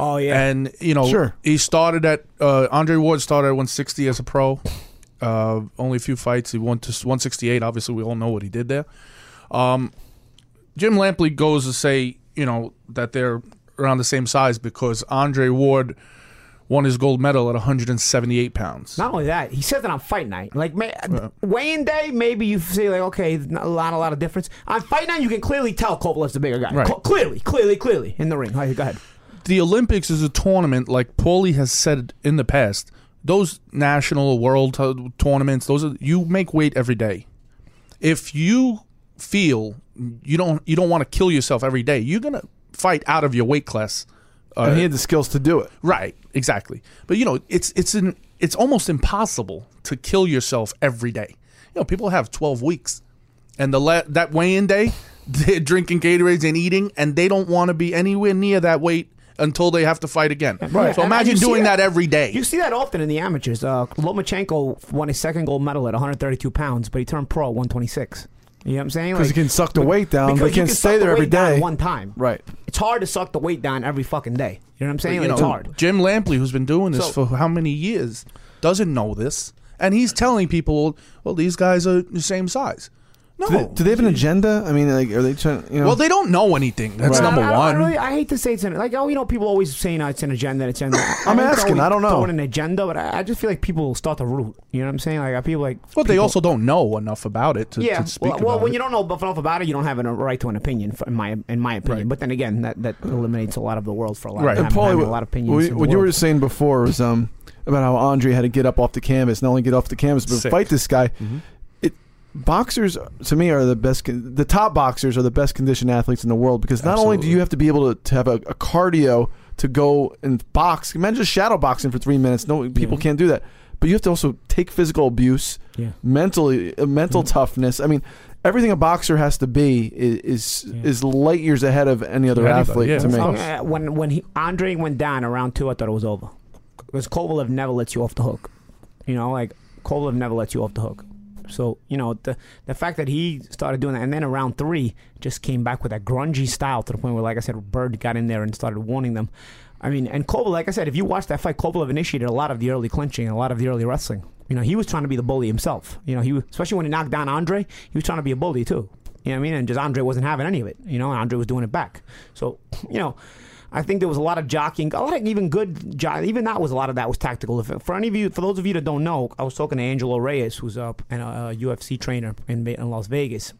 Oh
And you know,
Sure.
he started at uh, Andre Ward started at 160 as a pro. Uh, only a few fights. He won to 168. Obviously, we all know what he did there. Um, Jim Lampley goes to say, you know, that they're around the same size because Andre Ward won his gold medal at 178 pounds.
Not only that, he said that on fight night. Like may, weighing day, maybe you say like, okay, not a lot, a lot of difference. On fight night, you can clearly tell Kovalev's the bigger guy.
Right.
Cl- clearly, clearly, clearly in the ring. All right, go ahead.
the Olympics is a tournament, like Paulie has said in the past. Those national world t- tournaments, those are you make weight every day. If you feel you don't you don't want to kill yourself every day, you're gonna fight out of your weight class. Uh,
And he had the skills to do it.
right, exactly. But you know, it's it's an it's almost impossible to kill yourself every day. You know, people have twelve weeks, and the la- that weigh-in day, they're drinking Gatorades and eating, and they don't want to be anywhere near that weight until they have to fight again. Right. So
And- and
imagine
you see
doing that, every day.
You see that often in the amateurs. Uh, Lomachenko won his second gold medal at 132 pounds, but he turned pro at 126. You know what I'm saying?
Because he can suck the weight down, but
because
he
you
can't
can
stay
suck
there
the
every
weight down
day.
one time.
Right.
It's hard to suck the weight down every fucking day. You know what I'm saying?
you know,
it's hard.
Jim Lampley, who's been doing this
So-
for how many years, doesn't know this, and he's telling people, "Well, these guys are the same size." No,
Do they, do they have an agenda? I mean, like, are they trying? You know,
well, they don't know anything. That's
Right.
number
I, I,
one.
I, really, I hate to say it's an like oh you know people always saying oh, it's an agenda it's an agenda.
I'm
think they're
asking,
always
I don't know.
throwing an agenda, but I, I just feel like people start to root. You know what I'm saying? Like I feel like
Well, they
people-
also don't know enough about it to,
yeah.
to speak
well, well,
about
when
it.
you don't know enough about it, you don't have a right to an opinion. For, in my in my opinion,
Right.
but then again, that, that eliminates a lot of the world for a lot of
Right.
And
And
having,
Paulie,
having
what,
a lot of opinions.
what you-
in the
what you
world.
were saying before was um, about how Andre had to get up off the canvas, not only get off the canvas, but
Sick.
fight this guy.
Mm-hmm.
It boxers to me are the best. Con- the top boxers are the best conditioned athletes in the world because not only do
Absolutely.
you have to be able to, to have a, a cardio to go and box. Imagine just shadow boxing for three minutes. No people can't do that. but you have to also take physical abuse,
Yeah. Mm-hmm.
mentally, uh, mental toughness. I mean, everything a boxer has to be i- is is,
Yeah.
light years ahead of any other
Anybody,
athlete
yeah.
to me.
Well,
Uh, when when he Andre went down around two, I thought it was over because Kovalev never lets you off the hook. You know, like Kovalev never lets you off the hook. So you know the the fact that he started doing that, and then around three, just came back with that grungy style to the point where, like I said, Bird got in there and started warning them. I mean, and Kovalev, like I said, if you watch that fight, Kovalev initiated a lot of the early clinching and a lot of the early wrestling. You know, he was trying to be the bully himself. You know, he was, especially when he knocked down Andre, he was trying to be a bully too. You know what I mean? And just Andre wasn't having any of it. You know, and Andre was doing it back. So, you know, I think there was a lot of jockeying, a lot of even good, jo- even that was a lot of that was tactical. If, for any of you, for those of you that don't know, I was talking to Angelo Reyes, who's up and a, a UFC trainer in, Ve- in Las Vegas.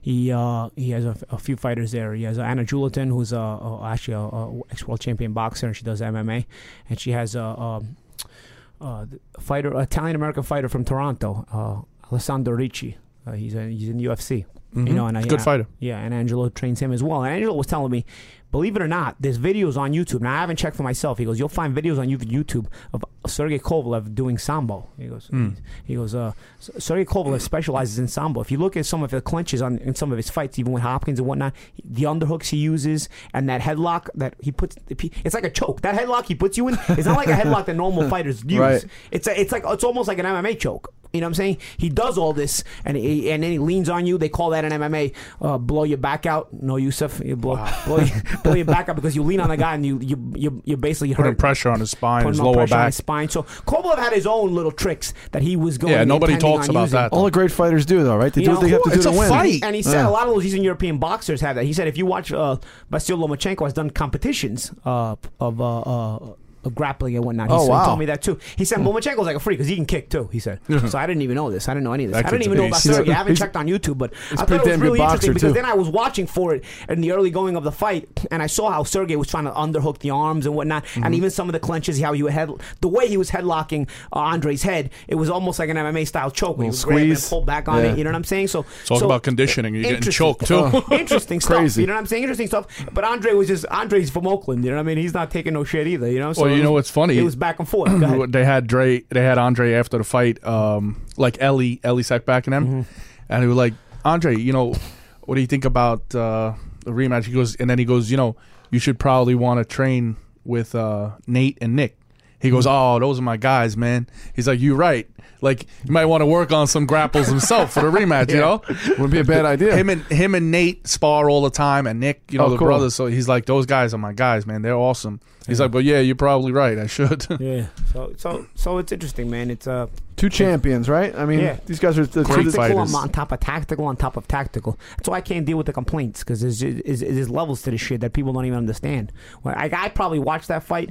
He uh, he has a, f- a few fighters there. He has Anna Juleton, who's uh, uh, actually a, a ex world champion boxer, and she does MMA, and she has a, a, a fighter, Italian American fighter from Toronto, uh, Alessandro Ricci. Uh, he's a, he's in the UFC. You know, and I,
Mm-hmm. Good
I-
fighter.
yeah, and Angelo trains him as well. And Angelo was telling me, believe it or not, there's videos on YouTube. Now I haven't checked for myself. He goes, you'll find videos on you- YouTube of Sergey Kovalev doing sambo. He goes, he goes, uh, S- Sergey Kovalev specializes in sambo. If you look at some of the clinches on in some of his fights, even with Hopkins and whatnot, he- the underhooks he uses and that headlock that he puts, it's like a choke. That headlock he puts you in, it's not like a headlock that normal fighters use.
Right.
It's a, it's like it's almost like an MMA choke. You know what I'm saying? He does all this, and he, and then he leans on you. They call that an MMA uh, blow your back out. No, Yusuf, you blow blow, your, blow your back out because you lean on a guy and you you you you're basically
Putting
hurt.
pressure on his spine,
Putting
his
on
lower
pressure on
back.
his spine. So Kovalev had his own little tricks that he was going.
Yeah, nobody
intending
talks
on
about
using.
that.
All the great fighters do though, right? They do
You
what they
know,
have to do
it's
to
a
win.
fight.
And he said a lot of those Eastern European boxers have that. He said if you watch uh, Vasyl Lomachenko has done competitions uh, of. Uh, uh, of grappling and whatnot. He,
Oh,
said- he
wow.
told me that too. He said Lomachenko's like a freak because he can kick too. He said. so I didn't even know this. I didn't know any of this.
That
I didn't
kid's
even
a
know about
beast.
Sergey. I haven't
He's-
checked on YouTube, but I
pretty
thought it was
damn good
really interesting
boxer,
because
too.
then I was watching for it in the early going of the fight, and I saw how Sergey was trying to underhook the arms and whatnot,
Mm-hmm.
and even some of the clenches, how he would head, the way he was headlocking uh, Andre's head, it was almost like an MMA style choke. He would
Little
grab him and
squeeze.
pull back on
Yeah.
it. You know what I'm saying? So
Talk
so-
about conditioning. You're getting
Interesting.
choked too.
interesting stuff.
Crazy.
You know what I'm saying? Interesting stuff. But Andre was just Andre's from Oakland. You know what I mean? He's not taking no shit either. You know. So
Well, you
it
know
was-
what's funny?
It was back and forth. Go ahead.
they had Dre, they had Andre after the fight, um, like Ellie, Ellie Sackback and them,
Mm-hmm.
and he was like, Andre, you know, what do you think about uh, the rematch? He goes, and then he goes, you know, you should probably want to train with uh, Nate and Nick. He goes,
Mm-hmm.
oh, those are my guys, man. He's like, you're right. Like, you might want to work on some grapples himself for the rematch, you know.
Wouldn't be a bad idea.
Him and him and Nate spar all the time, and Nick, you know,
Oh,
the
cool.
brothers. So he's like, those guys are my guys, man. They're awesome. He's like, but yeah, you're probably right. I should.
Yeah. So so so it's interesting, man. It's uh
Two champions, right? I mean,
Yeah.
these guys are they're
Great
two-
tactical on,
fighters.
on top of tactical on top of tactical. That's why I can't deal with the complaints because there's, ju- is- is- there's levels to this shit that people don't even understand. Well, I, I probably watch that fight.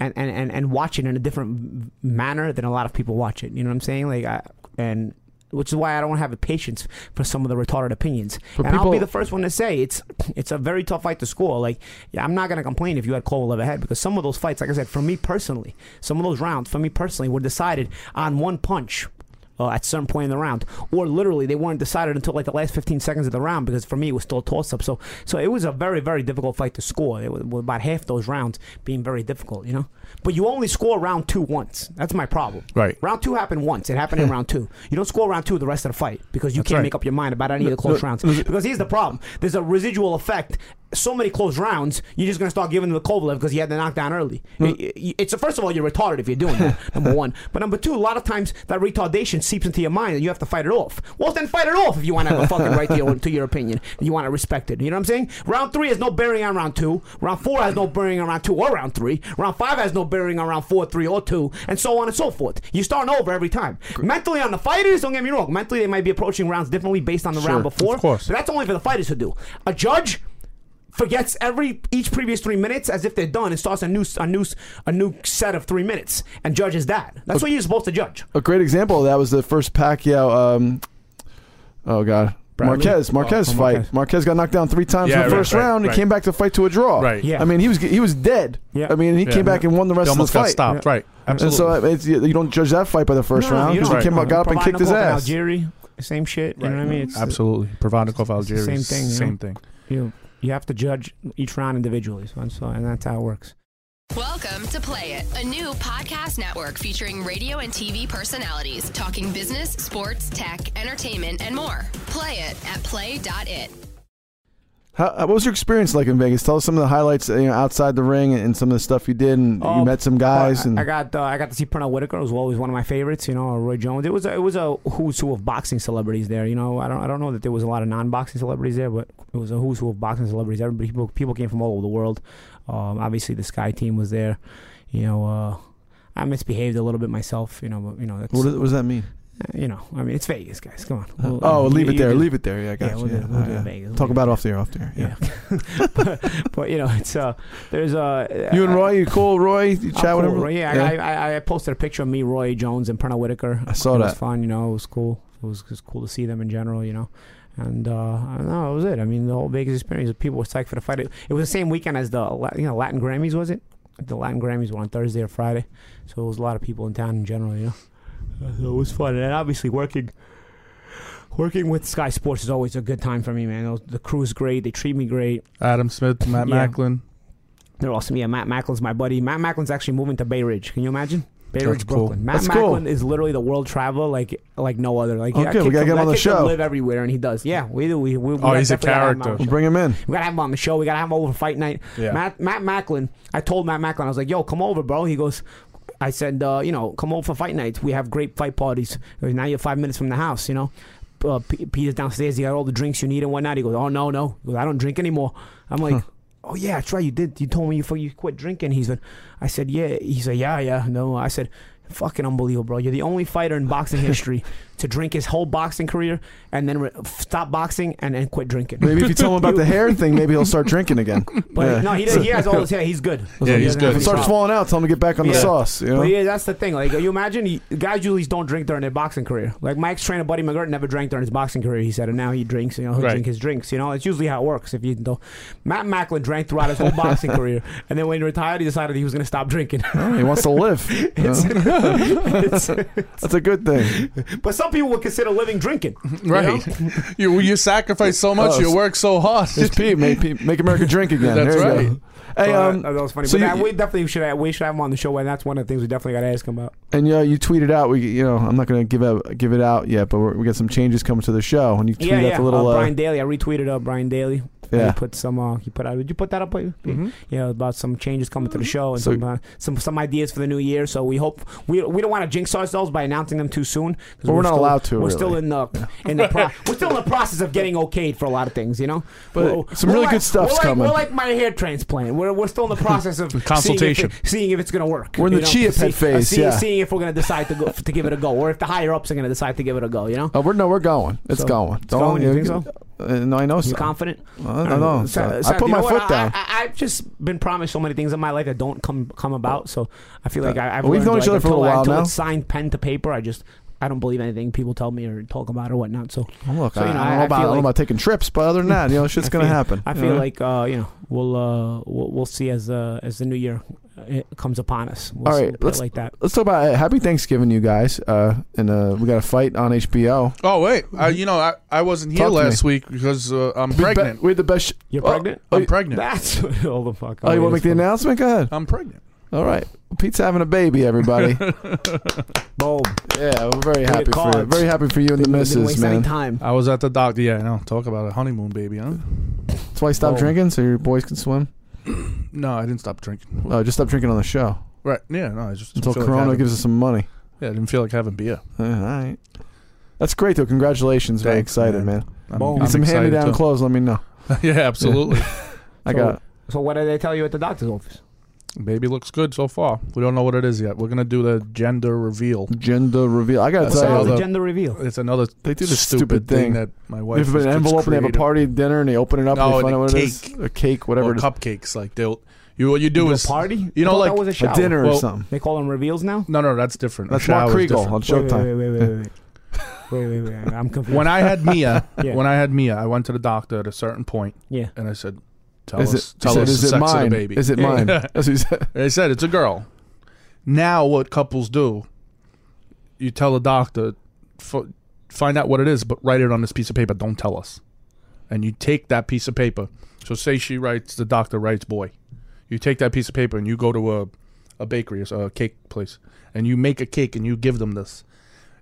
And, and, and, and watch it in a different manner than a lot of people watch it. You know what I'm saying? Like, I, and which is why I don't have the patience for some of the retarded opinions.
But
and I'll be
people-
the first one to say it's it's a very tough fight to score. Like, yeah, I'm not gonna complain if you had Kovalev ahead because some of those fights, like I said, for me personally, some of those rounds for me personally were decided on one punch uh, at certain point in the round, or literally they weren't decided until like the last 15 seconds of the round because for me it was still a toss up. So, so it was a very, very difficult fight to score. It was, with about half those rounds being very difficult, you know. But you only score round two once. That's my problem.
Right.
Round two happened once. It happened in round two. You don't score round two the rest of the fight because you can't
right.
make up your mind about any of the close rounds. Because here's the problem: there's a residual effect. So many close rounds, you're just gonna start giving them the Kovalev because he had the knockdown early. It- it- it's first of all, you're retarded if you're doing that. number one, but number two, a lot of times that retardation seeps into your mind and you have to fight it off. Well, then fight it off if you want to have a fucking right to your, to your opinion. and You want to respect it. You know what I'm saying? Round three has no bearing on round two. Round four has no bearing on round two or round three. Round five has no bearing on round four, three, or two, and so on and so forth. You're starting over every time. Mentally on the fighters, don't get me wrong. Mentally, they might be approaching rounds differently based on the round before.
of course.
But that's only for the fighters to do. A judge forgets every each previous three minutes as if they're done and starts a new a new a new set of three minutes and judges that. That's what you're supposed to judge.
A great example of that was the first Pacquiao. Um, oh God, Marquez, Marquez
oh,
fight.
Marquez.
Marquez. got knocked down three times
Yeah,
in the
right,
first
right,
round.
right.
He came back to fight to a draw.
Right.
Yeah.
I mean, he was he was dead.
Yeah.
I mean, he
Yeah.
came back and won the
He
rest of the
almost got
fight.
stopped. Right.
And so
Absolutely.
uh, it's, you don't judge that fight by the first round
you
because he
don't.
came
No,
out, got up and
Provodnikov
kicked his ass.
Algieri, same shit. You know what I mean? It's,
Absolutely. Provodnikov,
it's the
Algeria.
same thing, you
Same
know?
thing.
You you have to judge each round individually. So, so and that's how it works.
Welcome to Play It, a new podcast network featuring radio and TV personalities talking business, sports, tech, entertainment, and more. Play it at play.it.
How, what was your experience like in Vegas? Tell us some of the highlights, you know, outside the ring and, some of the stuff you did, and
Oh,
you met some guys.
I,
and
I got uh, I got to see Pernell Whitaker. was always one of my favorites. You know, or Roy Jones. It was a, it was a who's who of boxing celebrities there. You know, I don't I don't know that there was a lot of non boxing celebrities there, but it was a who's who of boxing celebrities. Everybody people, people came from all over the world. Um, obviously, the Sky team was there. You know, uh, I misbehaved a little bit myself. You know, but you know that's
what, does- what does that mean?
you know I mean it's Vegas, guys. Come on. uh,
oh, leave it
you-
there.
you-
leave it there. Yeah, I got
Yeah,
you.
we'll do-
Yeah,
we'll
all
do
right.
Vegas, we'll
Talk
do
about it off the air. Off the air. Yeah.
Yeah. but you know, it's uh, there's uh,
You and Roy, you cool, Roy? You
I'm
chat with
cool,
him?
Roy. Yeah, I, I, I posted a picture of me, Roy Jones, and Pernell Whitaker.
I saw
it was
that.
fun. You know, it was cool. It was, it was cool to see them in general. You know, and uh, I don't know, that was it. I mean, the whole Vegas experience. People were psyched for the fight. It, it was the same weekend as the La- you know Latin Grammys, was it? The Latin Grammys were on Thursday or Friday, so it was a lot of people in town in general. You know, Uh, so it was fun, and obviously working. Working with Sky Sports is always a good time for me, man. Those- The crew's great; they treat me great.
Adam Smith, Matt
Yeah.
Macklin.
They're awesome. Yeah, Matt Macklin's my buddy. Matt Macklin's actually moving to Bay Ridge. Can you imagine? Bay
That's
Ridge,
cool.
Brooklyn. Matt
That's cool.
Macklin is literally the world traveler, like like no other. Like
Okay,
that kid
we
can-
gotta get him
that
on the
kid can
show.
Live everywhere, and he does. Yeah, we do. We, we, we
Oh,
gotta
he's a
definitely gotta have him on
character.
the
We'll
show.
bring him in.
We gotta have him on the show. We gotta have him over for fight night.
Yeah.
Matt Matt Macklin. I told Matt Macklin, I was like, "Yo, come over, bro." He goes, "I said, uh, you know, come over for fight nights. We have great fight parties. Now you're five minutes from the house, you know." Uh, P- Peter's downstairs. He got all the drinks you need and whatnot. He goes, "Oh no, no, He goes, I don't drink anymore." I'm like, "Oh yeah, that's right. You did. You told me you fu- you quit drinking." He said, "I said yeah." He said, "Yeah, yeah, no." I said. Fucking unbelievable, bro! You're the only fighter in boxing history to drink his whole boxing career and then re- stop boxing and then quit drinking.
Maybe if you tell him about the hair thing, maybe he'll start drinking again.
But
Yeah.
no, he, does, he has all his hair. He's good. He
Yeah, he's
doesn't
good.
have
If
any
it starts
problem.
falling out, tell him to get back on the
Yeah.
sauce. You know?
But yeah, that's the thing. Like you imagine, he, guys usually don't drink during their boxing career. Like Mike's trainer Buddy McGirt never drank during his boxing career. He said, and now he drinks. You know, he'll
Right.
drink his drinks. You know, it's usually how it works. If you don't, Matt Macklin drank throughout his whole boxing career, and then when he retired, he decided he was going to stop drinking.
He wants to live. you know?
It's-
That's a good thing.
but some people would consider living drinking.
Right. You, you sacrifice so much,
Oh,
you work so hard.
Just pee, make, pee- make America drink again.
That's
there you
right.
go. Hey,
Uh,
um,
that was funny.
so
but
you-
that, we definitely should have, we should have him on the show, and that's one of the things we definitely got to ask him about.
and yeah, you tweeted out. We, you know, I'm not going to give out, give it out yet, but we're, we got some changes coming to the show. And you tweeted
Yeah,
out
yeah.
the little.
uh,
uh,
Brian Daly. I retweeted uh, Brian Daly.
Yeah.
He put some. Uh, he put out. Did you put that up? Mm-hmm. Yeah, about some changes coming to the show and
So-
some, uh, some some ideas for the new year. So we hope we we don't want to jinx ourselves by announcing them too soon. 'cause
But we're not
still-
allowed to,
We're still
really.
in the in the pro- we're still in the process of getting okayed for a lot of things. You know,
But
We're-
some
we're
really
like-
good stuff's
we're like,
coming.
We're like my hair transplant. We're we're still in the process of seeing if it-
Consultation.
seeing if it's gonna work.
We're in
you
the chia pet
See- uh,
phase,
see-
yeah.
seeing if we're gonna decide to go to give it a go, or if the higher ups are gonna decide to give it a go. You know.
Oh, we're no, we're going. It's
So-
going.
It's going, you think so?
Uh, no, I know.
You
so.
confident?
I don't know.
Sa-
So, I
Sa-
put
you
my
know what?
foot down.
I, I, I've just been promised so many things in my life that don't come come about. So I feel like I, I've
We've
learned,
known each
like,
other for a
until
little
I-
while
until
now.
It's signed pen to paper. I just I don't believe anything people tell me or talk about or whatnot. So
Well, look,
So, you
I,
know,
I don't know
I- I
about,
feel
I don't know
like-
about taking trips, but other than that, you know, shit's gonna
feel-
happen.
I
you
feel
know?
like uh, you know we'll uh, we'll, we'll see as uh, as the new year uh, comes upon us. We'll
All
see-
right,
we'll put it
let's-
like that.
Let's talk about uh, Happy Thanksgiving, you guys. Uh, and uh, we got a fight on HBO.
Oh, wait. I, you know, I, I wasn't here
Talk to
last week because uh, I'm pregnant.
Be- we had the best. Sh-
You're
Oh,
pregnant?
Oh,
I'm
you,
pregnant.
That's all the fuck.
oh, you want to make the announcement? Go ahead.
I'm pregnant.
All right. Pete's having a baby, everybody.
Boom.
yeah, we're very happy for you.
cards.
Very happy for you and the
Didn't
missus,
waste any
man.
time.
I was at the doctor. Yeah, I know. Talk about a honeymoon baby, huh?
That's why you stopped
Oh.
drinking, so your boys can swim.
No, I didn't stop drinking.
Oh, just stop drinking on the show
Right. Yeah, no, I just didn't
until
feel
Corona
like having,
gives us some money.
Yeah, I didn't feel like having beer.
Uh, all right. That's great, though. Congratulations. Very
Thanks,
excited, man.
man. Oh,
Boom.
Need some hand me
excited,
down
too.
clothes, let me know.
yeah, absolutely.
I
So-
got
So what did they tell you at the doctor's office?
Baby looks good so far. We don't know what it is yet. We're gonna do the gender reveal.
gender reveal. I got to
What's
So
So
tell
all
you,
the-
gender reveal.
It's another
They do the
stupid,
stupid thing.
thing. that my wife.
They have
is
an
just
envelope and they have a
creative.
party at dinner and they open it up
No,
and they find
and
out what
a
it is.
cake.
A cake, whatever
or
it is.
cupcakes. Like they'll you what you do
Do a
is
party?
You
I
know,
thought
like
that was a
a
shower.
dinner
Well,
or something.
They call them reveals now.
no, no, that's different.
That's
Shower
Mark
is
Kriegel
different.
on Showtime.
Wait, wait, wait, wait, wait, wait, wait, wait, wait. I'm confused.
When I had Mia,
Yeah.
when I had Mia, I went to the doctor at a certain point
yeah.
and I said, "Tell
Is
us,
it,
tell
he said,
us
is
the
it
sex
mine?
of the baby."
Is it mine? That's what he said.
They said it's a girl. Now, what couples do, you tell the doctor, f- find out what it is, but write it on this piece of paper. Don't tell us. And you take that piece of paper. So, say she writes, the doctor writes boy. You take that piece of paper and you go to a, a bakery or s- a cake place and you make a cake and you give them this.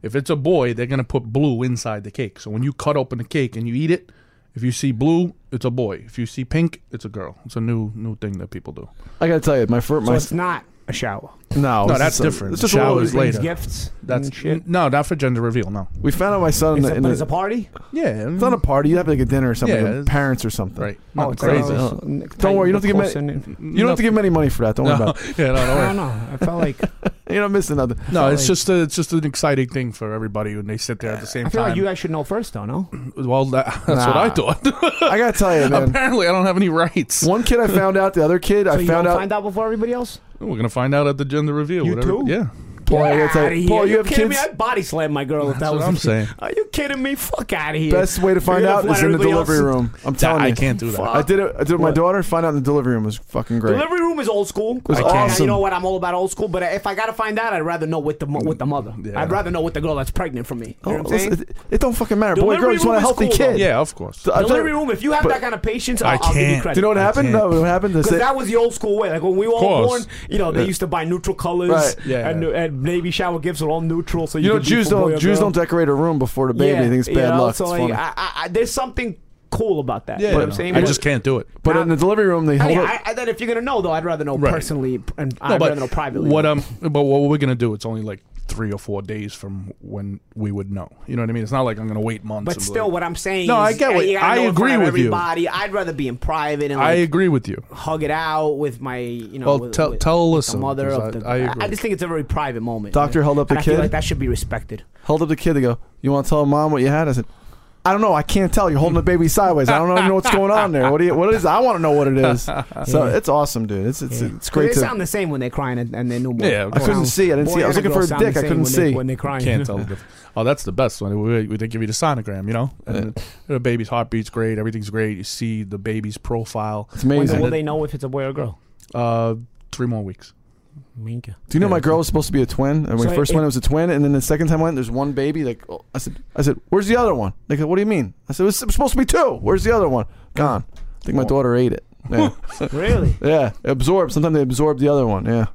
If it's a boy, they're gonna put blue inside the cake. So when you cut open the cake and you eat it, if you see blue, it's a boy. If you see pink, it's a girl. It's a new new thing that people do.
I gotta tell you, my first,
So
my
it's not a shower.
no,
No,
it's
that's
just a-
different.
It's just
Shower
a
is
little,
It's
later.
gifts.
That's
and shit.
no, not for gender reveal. No.
We found out my son.
It's
in
a,
the,
but
in
it's
the,
a party.
Yeah,
it's not a party. You have like a dinner or something.
Yeah,
with
it's-
parents or something.
right. Not
oh, it's
crazy.
like
Huh.
those-
Don't worry, you don't have to get
close
mad-
in-
You don't have to give him any money for that. Don't worry
no,
about
yeah, no, don't
I
worry.
don't know. I felt like
it. You're not missing nothing.
No,
So,
it's
like-
just a, it's just an exciting thing for everybody when they sit there at the same
I feel
time.
like you guys should know first, though. No,
well, that, that's what I thought.
I gotta tell you, man.
Apparently, I don't have any rights.
One kid I found out, the other kid
so
I
you
found
don't
out.
find out before everybody else.
We're gonna find out at the gender reveal.
You
whatever.
too?
Yeah,
Paul, I gotta tell
Outta
you,
here.
Paul, you
you
have
kidding
kids.
Me? I body slammed my girl. if that
That's
was
what I'm
me.
saying.
Are you kidding me? Fuck out of here.
Best way to find
You're gonna
out is in the
everybody
delivery
else.
room. I'm
That-
telling
I
you.
can't do that.
I did it. I did it with my
What?
daughter. Find out in the delivery room It was fucking great.
Delivery room is old school.
was
I can't-
awesome.
You know what? I'm all about old school. But if I gotta find out, I'd rather know with the mo- with the mother.
Yeah.
I'd rather know with the girl that's pregnant from me. You know
Oh,
what I'm saying?
listen, it, it don't fucking matter. Boy,
eh? Delivery
girl, just want a
room is
healthy
cool,
kid.
though.
yeah, of course.
I tell you-
Delivery room. If you have
but-
that kind of patience,
I
I'll, I'll give you
can't.
credit.
Do you know what
I
happened?
can't.
No, what happened? They
Because
said-
that was the old school way. Like when we were all
Course.
born, you know, they used to buy neutral colors
Right.
Yeah.
and, and baby shower gifts were all neutral. So you,
you know,
could do
Jews
for boy
don't
or
Jews
girl.
don't decorate a room before the baby. I think it's
you
bad
know,
luck.
So
it's
like,
funny.
I, I, I, there's something cool about that.
yeah,
you know
no,
what I'm saying?
I
But-
just can't do it.
but in the delivery room, they
I,
hold
mean,
up.
I, I, then if you're gonna know though, I'd rather know
Right.
personally, and
No,
I'd
but
rather know privately.
what um, but what we're gonna do? It's only like three or four days from when we would know. You know what I mean? It's not like I'm gonna wait months.
But
and be
still,
like-
what I'm saying.
No,
is,
I get
uh,
what-
you gotta
I
know in front
agree
of
with you.
everybody. I'd rather be in private and
I
like,
agree with you.
hug it out with my, you know,
Well,
with,
tell-
with,
tell
with
listen,
the mother
because
of the.
I- I agree.
just think it's a very private moment.
Doctor held up the
and I feel
kid.
like that should be respected.
held up the kid. They go, "You want to tell mom what you had?" I said, "I don't know. I can't tell. You're holding the baby sideways. I don't even know what's going on there. What do you? What is? I want to know what it is. So it's awesome, dude. It's it's, it's great
they
to.
sound the same when they're crying and, and they're newborn.
Yeah, of I
Sounds-
couldn't
see. I didn't
boy
see. I was
and
looking for
girl
a
sound the
dick. I
same
couldn't
when they-
see.
when they're crying.
Can't tell the difference. Oh, that's the best one. We, we, they give you the sonogram, you know, and the baby's heartbeat's great, everything's great. You see the baby's profile.
it's
When will
amazing.
they know if it's a boy or girl?
Uh, three more weeks.
Minka.
Do you know my girl was supposed to be a twin? And when
So
we first
it-
went, it was a twin, and then the second time I went, there's one baby. Like oh, I said, I said, "Where's the other one?" They go, "What do you mean?" I said, "It was supposed to be two. Where's the other one? Gone." I think my daughter ate it. Yeah,
Really?
yeah. Absorb. Sometimes they absorb the other one. Yeah,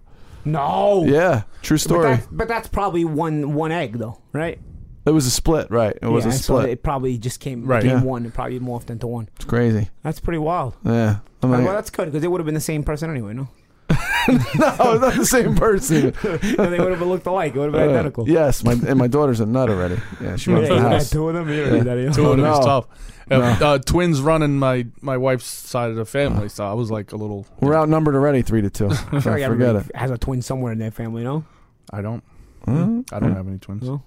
No.
yeah. True
But,
story.
that's but that's probably one one egg though, right?
It was a split, right? It was
yeah,
a
so
split.
it probably just came
Right.
became
Yeah.
one. It probably morphed into one.
It's crazy.
That's pretty wild.
Yeah. I'm
Well,
like,
that's good because they would have been the same person anyway. No,
no, not Oh, the same person. Uh,
they would have looked alike. It would have been identical.
yes, my and my daughter's a nut already. Yeah, she
Yeah,
runs
you
the
got
house.
two of them. You don't need that, you know?
Two of them is
Oh, no.
tough. Uh, uh, twins running my my wife's side of the family, so I was like a little.
We're outnumbered already, three to two.
I feel like
forget
everybody
it.
has a twin somewhere in their family. No,
I don't.
Huh?
I don't have any twins.
No?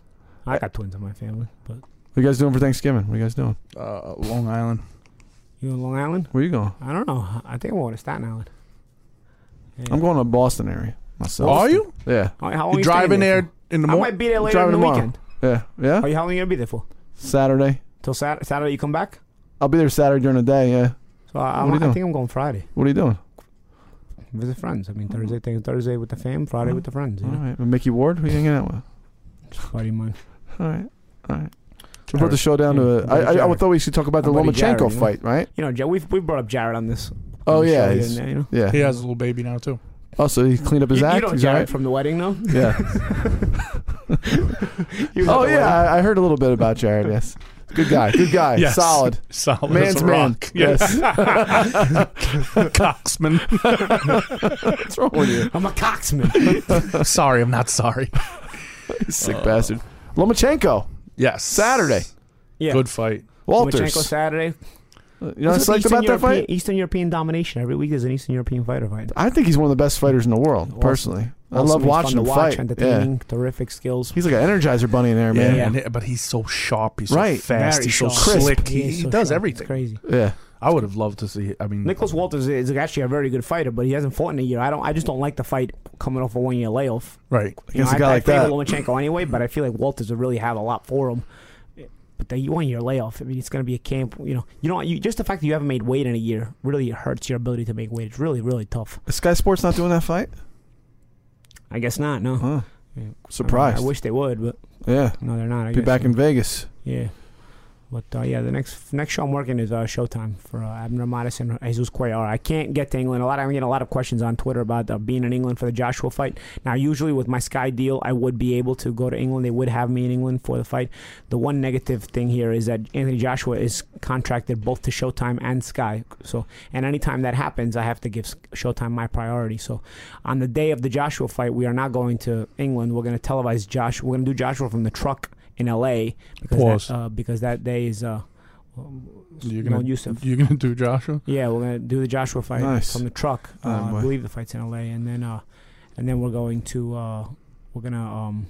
I got twins in my family, but
What you guys doing for Thanksgiving? What you guys doing?
Uh, Long Island.
you in Long Island?
Where you going?
I don't know. I think I'm going to Staten Island. Yeah.
I'm going to Boston area myself.
Are you?
Yeah,
How- how long
You
you
driving
staying
there,
for?
in the
I
morning?
might be there later in
driving
the
tomorrow.
weekend.
yeah, yeah.
Are you how long you gonna be there for?
Saturday.
Till Sat- Saturday you come back?
I'll be there Saturday during the day. Yeah.
So I,
What are you
I'm, I
doing?
think I'm going Friday.
What are you doing?
Visit friends. I mean Thursday, thing, Thursday with the fam, Friday with the friends. You
Mm-hmm. All
know,
right, Mickey Ward. Who you hanging out with?
just buddy mine.
All right, all right. We brought the show down to. A,
Buddy
I, I, I
Jared.
thought we should talk about the
Buddy Jared,
Lomachenko
you know?
fight, right?
You know, Joe, we've we brought up Jared on this. on
Oh,
the
yeah,
show here
he's-
and there, you know,
Yeah.
He has a little baby now too.
Also, he cleaned up his
you,
act.
you know
He's
Jared
all right.
from the wedding, no?
Yeah.
He was at
Oh
the
yeah,
wedding.
I, I heard a little bit about Jared. Yes, good guy, good guy,
Yes.
solid.
Solid. as
Man's
a
man.
rock.
Yes.
Coxman.
What's wrong with you?
I'm a cocksman.
sorry, I'm not sorry.
Sick
Uh,
bastard. Lomachenko,
Yes.
Saturday.
yeah.
Good fight.
Walters.
Lomachenko Saturday.
You know,
What's with
psyched
Eastern
about that
European,
fight.
Eastern European domination. Every week is an Eastern European fighter fight.
I think he's one of the best fighters in the world.
Awesome.
Personally, I
Also,
love
he's fun
watching
to
him
watch,
fight. Yeah.
Entertaining, terrific skills.
He's like an Energizer bunny in there, man.
and he- but he's so sharp. He's
Right.
so fast.
Very
he's so
sharp.
slick.
He
He,
is
he
so
does
sharp. It's
everything.
crazy.
Yeah.
I would have loved to see. I mean,
Nicholas Walters is actually a very good fighter, but he hasn't fought in a year. I don't. I just don't like the fight coming off a one year layoff.
right?
You know,
Against a
I,
guy
I
like
favor
that.
Lomachenko anyway, but I feel like Walters would really have a lot for him. But the one year layoff, I mean, it's going to be a camp. You know, you know, you, just the fact that you haven't made weight in a year really hurts your ability to make weight. It's really, really tough.
Is Sky Sports not doing that fight?
I guess not. No,
Huh.
Yeah. I,
Surprised.
wish they would, but
Yeah.
no, they're not. I
Be
guess.
back in Vegas.
yeah. But uh, yeah, the next next show I'm working is uh, Showtime for uh, Abner Modis and Jesus Cuellar. I can't get to England. A lot. I get a lot of questions on Twitter about uh, being in England for the Joshua fight. Now, usually with my Sky deal, I would be able to go to England. They would have me in England for the fight. The one negative thing here is that Anthony Joshua is contracted both to Showtime and Sky. So, and anytime that happens, I have to give S- Showtime my priority. So, on the day of the Joshua fight, we are not going to England. We're going to televise Josh. We're going to do Joshua from the truck in LA because
Pause.
That, uh, because that day is uh
You're
no
gonna
Yusuf.
you're gonna do Joshua.
Yeah, we're gonna do the Joshua fight
Nice.
from the truck.
Oh,
Uh,
boy.
I believe the fight's in LA, and then uh, and then we're going to uh, we're gonna um,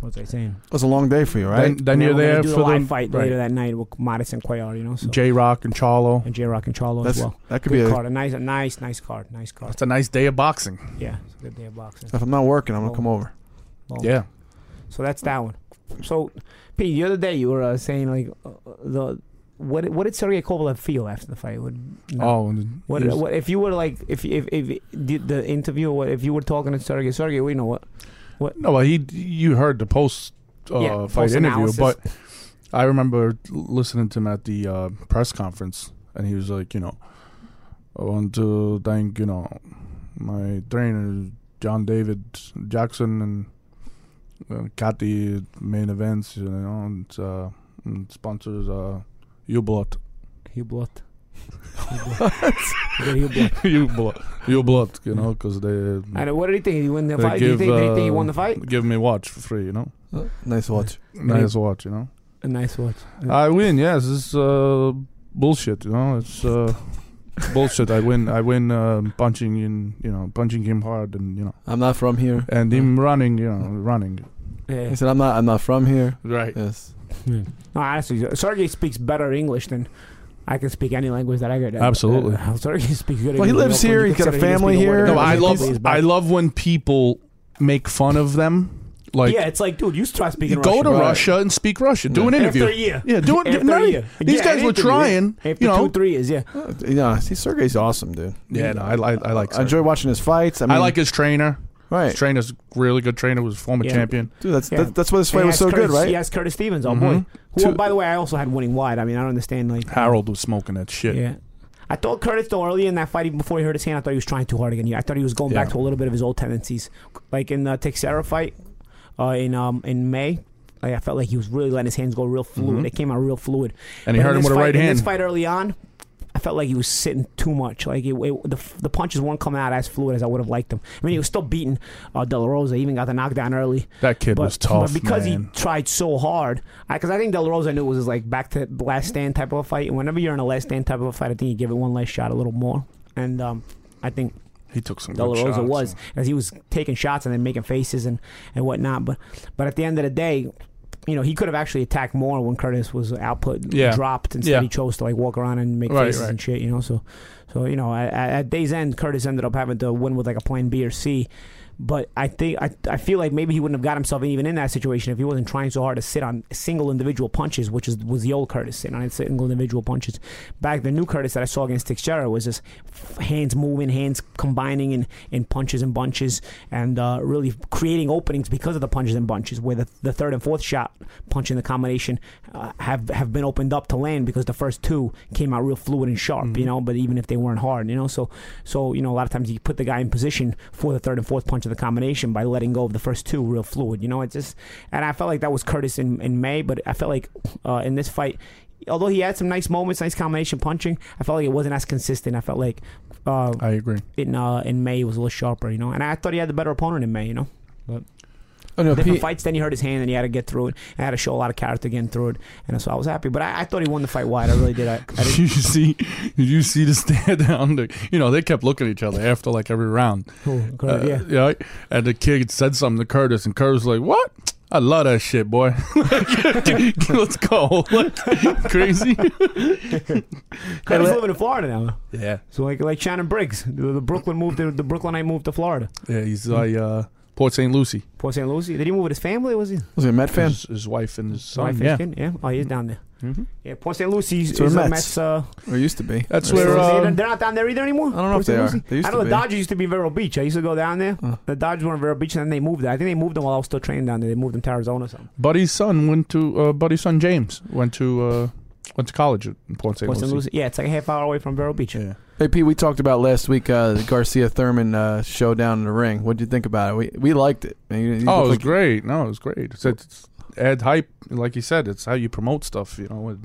what's I saying?
It was a long day for you, right?
Then, then
And
you're
we're gonna
there
do
for
the live
the
fight
right.
later that night with Modest and Cuellar, you know, so
J Rock and Charlo.
and J Rock and Charlo
That's
as well.
that could
Good
be. A,
card, a nice, a nice, nice card, nice card.
That's a nice day of boxing.
Yeah, it's a good day of boxing.
if I'm not working,
Oh.
I'm gonna come over.
Well,
Yeah.
So that's that one. So, Pete, the other day you were uh, saying like uh, the what what did Sergey Kovalev feel after the fight? Would,
Oh, and
What,
it was-
what if you were like if if if did the interview what if you were talking to Sergey Sergey we know what
No, but he you heard the post uh,
Yeah,
fight
post
interview,
analysis.
but I remember l- listening to him at the uh, press conference, and he was like, you know, I want to thank you know my trainer John David Jackson and uh, Kathy main events, you know, and, uh, and sponsors uh, Ublot,
he blocked. He blocked.
Ublot, Ublot, you know, because they
And what did he think? He won the
They
fight. Do you
give,
think, did he think he
uh,
won the fight?
give me watch for free, you know,
Nice watch.
nice watch, you know.
A nice watch.
I win. Yes, it's uh, bullshit. You know, it's uh, bullshit. I win. I win um, punching in. You know, punching him hard, and you know,
I'm not from here.
and him running. You know, running.
Yeah.
He said, "I'm not. I'm not from here."
Right.
Yes.
No, honestly, Sergey speaks better English than I can speak any language that I could.
Absolutely.
Uh, Sergey speaks good.
Well, he
English.
lives
You know,
here,
when you
he's got a
consider he didn't
family
speak
here.
word
No, I
English.
love.
He's back.
I love when people make fun of them. Like,
yeah, it's like, dude, you start
you
speaking.
go to
Russian.
Right.
Russia and speak Russian. Do an interview.
After a year.
Yeah, do it.
After
no,
a year.
These
Yeah,
guys
an
were
interview.
trying.
After
You know.
two, three years, yeah.
Uh, yeah. See, Sergey's awesome, dude.
Yeah, no, I, I, I like.
I
Sergey.
enjoy watching his fights. I, mean,
I like his trainer.
Right.
His trainer's really good. Trainer was a former
Yeah.
champion.
Dude, that's
Yeah.
that, that's why this fight
And he has
was so
Curtis,
good, right?
Yes, Curtis Stevens. Oh boy. Who, by the way, I also had winning wide. I mean, I don't understand like.
Harold was smoking that shit.
Yeah. I thought Curtis though early in that fight, even before he hurt his hand, I thought he was trying too hard again. Yeah, I thought he was going back
Yeah.
to a little bit of his old tendencies, like in the Texera fight uh, in um in May. Like, I felt like he was really letting his hands go real fluid. They came out real fluid.
And he
But
hurt
in
him
this
with a
fight-
right
In
hand.
this fight early on, I felt like he was sitting too much. Like it, it, the the punches weren't coming out as fluid as I would have liked them. I mean, he was still beating uh, De La Rosa. He even got the knockdown early.
That kid
But-
was tough.
But because
man.
he tried so hard, because I, think De La Rosa knew it was his, like back to last stand type of a fight. And whenever you're in a last stand type of a fight, I think you give it one last shot a little more. And um, I think
He took some
De La
good
Rosa
shots.
was as he was taking shots and then making faces and and whatnot. But but at the end of the day. You know, he could have actually attacked more when Curtis was output
Yeah.
dropped. Instead,
Yeah.
he chose to like walk around and make
Right,
faces
right.
and shit. You know, so so you know, at, at at day's end, Curtis ended up having to win with like a plan B or C. But I think I, I feel like maybe he wouldn't have got himself even in that situation if he wasn't trying so hard to sit on single individual punches, which is was the old Curtis sitting on single individual punches. Back the new Curtis that I saw against Teixeira was just f- hands moving, hands combining in, in punches and bunches, and uh, really creating openings because of the punches and bunches. Where the, the third and fourth shot punch in the combination uh, have have been opened up to land because the first two came out real fluid and sharp, you know. But even if they weren't hard, you know, so so you know a lot of times you put the guy in position for the third and fourth punch of the combination by letting go of the first two real fluid, you know. It just and I felt like that was Curtis in, in May, but I felt like uh, in this fight. Although he had some nice moments, nice combination punching, I felt like it wasn't as consistent. I felt like uh,
I agree.
in uh, in May he was a little sharper, you know. And I thought he had the better opponent in May, you know.
Oh no,
Different
Pete.
fights, then he hurt his hand, and he had to get through it. And had to show a lot of character getting through it, and so I was happy. But I, I thought he won the fight wide. I really did. I, I didn't,
you see, you see the stand down. The, you know, they kept looking at each other after like every round.
Oh,
Uh,
good, yeah.
And the kid said something to Curtis, and Curtis was like, "What? I love that shit, boy. Let's go. Like, crazy.
Curtis living in Florida now,
Yeah.
so like like Shannon Briggs, the, the Brooklyn moved to the Brooklynite moved to Florida.
Yeah. He's like uh, Port St. Lucie.
Port St. Lucie. Did he move with his family? Was he?
Was he a Met fan?
His, his wife and his son.
Wife and his
yeah.
kid? yeah. Oh, he's down there.
Mhm.
Yeah, Port St. Lucie is,
So
is
the
a
Mm-hmm. Mets.
mess. Uh,
Or used to be.
That's
Or
where,
still is.
uh,
they,
um,
they're not down there either anymore.
I don't
Port
know if they
St.
are.
Lucie?
They used
I know
to
the
be. Uh.
Dodgers used to be in Vero Beach. I used to go down there.
Huh.
The Dodgers were in Vero Beach, and then they moved. There. I think they moved them while I was still training down there. They moved them to Arizona or something.
Buddy's son went to uh, Buddy's son James went to uh, Went to college in Port St.
What's in
Lucie.
Lucy? Yeah, it's like a half hour away from Vero Beach.
Yeah.
Hey, Pete, we talked about last week uh, the Garcia Thurman uh, showdown in the ring. What would you think about it? We we liked it. Man, you- you
Oh, it
looked
was
like-
great. No, it was great. It's, it's add hype, like you said. It's how you promote stuff. You know,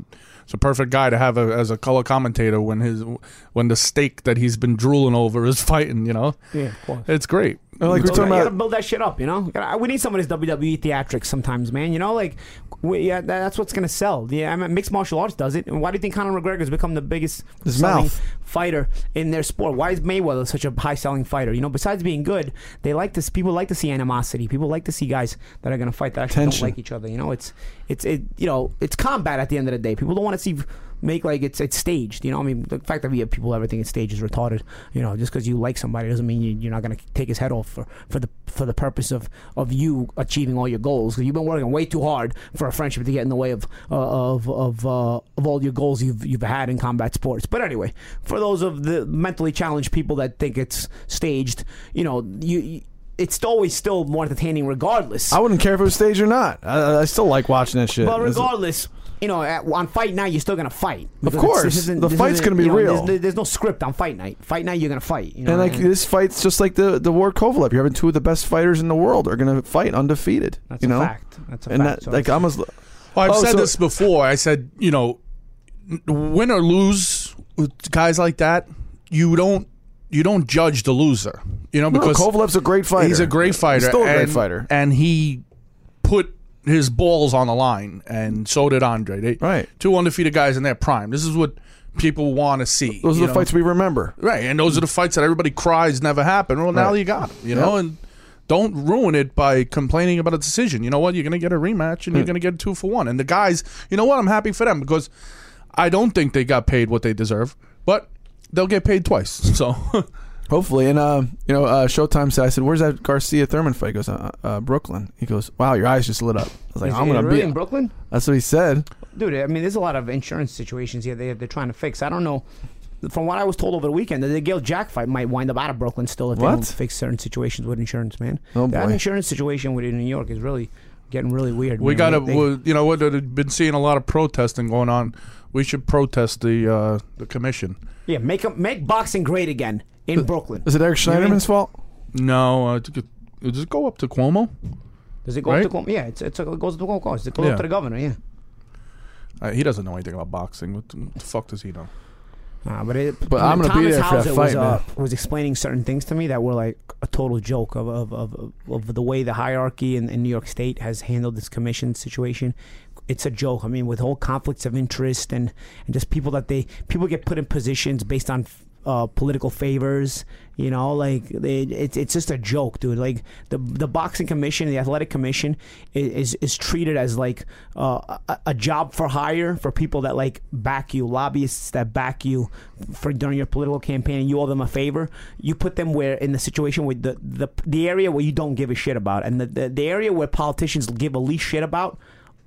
it's a perfect guy to have a, as a color commentator when his when the stake that he's been drooling over is fighting. You know,
Yeah, of course.
it's great.
Oh, like we're
You
talking
gotta
about.
build that shit up, you know. Gotta- We need some of this WWE E theatrics sometimes, man. You know, like we, yeah, that- that's what's gonna sell. Yeah, I mean, mixed martial arts does it. And why do you think Conor McGregor's become the biggest
His
selling
mouth.
fighter in their sport? Why is Mayweather such a high selling fighter? You know, besides being good, they like this. People like to see animosity. People like to see guys that are gonna fight that actually
Tension.
don't like each other. You know, it's it's it. You know, it's combat at the end of the day. People don't want to see. Make like it's it's staged, you know. I mean, the fact that we have people everything is staged is retarded. You know, just because you like somebody doesn't mean you, you're not gonna take his head off for, for the for the purpose of of you achieving all your goals. Because you've been working way too hard for a friendship to get in the way of uh, of of uh, of all your goals you've you've had in combat sports. But anyway, for those of the mentally challenged people that think it's staged, you know, you. you it's always still more entertaining, regardless.
I wouldn't care if it was staged or not. I- I, I still like watching that shit.
But
It's-
regardless, you know, at, on fight night, you're still gonna fight. Because
course.
it's-
The fight's
isn't-
gonna be
you know,
real.
There's, there's no script on fight night. Fight night, you're gonna fight. You know,
And like
Mm-hmm.
and
this fight's just like the the Ward Kovalev. You're having two of the best fighters in the world are gonna fight undefeated.
that's
you know,
a fact. That's a
and
fact.
that like I'm as
Well, I've
Oh,
said
so-
this before. I said, you know, n- win or lose, with guys like that, you don't you don't judge the loser. You know,
no,
because
Kovalev's a great fighter.
He's a great fighter.
He's still a great
and-
fighter.
And he put his balls on the line, and so did Andre. They,
Right.
Two undefeated guys in their prime. This is what people want to see.
Those are
you
the
know?
fights we remember.
Right. And those are the fights that everybody cries never happened. Well, now
Right.
you got 'em, you know? And don't ruin it by complaining about a decision. You know what? You're going to get a rematch
Hmm.
and you're going to get a two for one. And the guys, you know what? I'm happy for them because I don't think they got paid what they deserve, but they'll get paid twice. So.
Hopefully, and uh, you know, uh, Showtime said, "I said, where's that Garcia Thurman fight?" He goes, uh, uh, "Brooklyn." He goes, "Wow, your eyes just lit up." I was like,
Is
"I'm
it
gonna
really
be."
in Brooklyn,
That's what he said.
dude. I mean, there's a lot of insurance situations here they they're trying to fix. I don't know. From what I was told over the weekend, that the Gail Jack fight might wind up out of Brooklyn still if
What?
they don't fix certain situations with insurance, man.
Oh,
that
boy.
insurance situation within New York is really getting really weird.
We
man.
got to,
They- they-
you know, what have been seeing a lot of protesting going on. We should protest the uh, the commission.
yeah, make 'em- make boxing great again in Brooklyn.
Is it Eric
You know what I mean?
Schneiderman's fault?
No, uh, to go- does it go up to Cuomo?
Does it go
right?
to Cuomo? Yeah, it's, it's, it goes to Cuomo. It's- It goes
Yeah.
up to the governor. Yeah.
Uh, he doesn't know anything about boxing. What the, what the fuck does he know?
Nah, but it,
But
you know,
I'm gonna
Thomas
be there for that
Hauser
fight,
was, uh,
man.
was explaining certain things to me that were like a total joke of of, of, of the way the hierarchy in, in New York State has handled this commission situation. It's a joke. I mean, with whole conflicts of interest and, and just people that they people get put in positions based on uh, political favors. You know, like they, it's it's just a joke, dude. Like the the boxing commission, the athletic commission, i- is is treated as like uh, a, a job for hire for people that like back you, lobbyists that back you for during your political campaign, and you owe them a favor. You put them where in the situation with the the, the area where you don't give a shit about, and the, the the area where politicians give a least shit about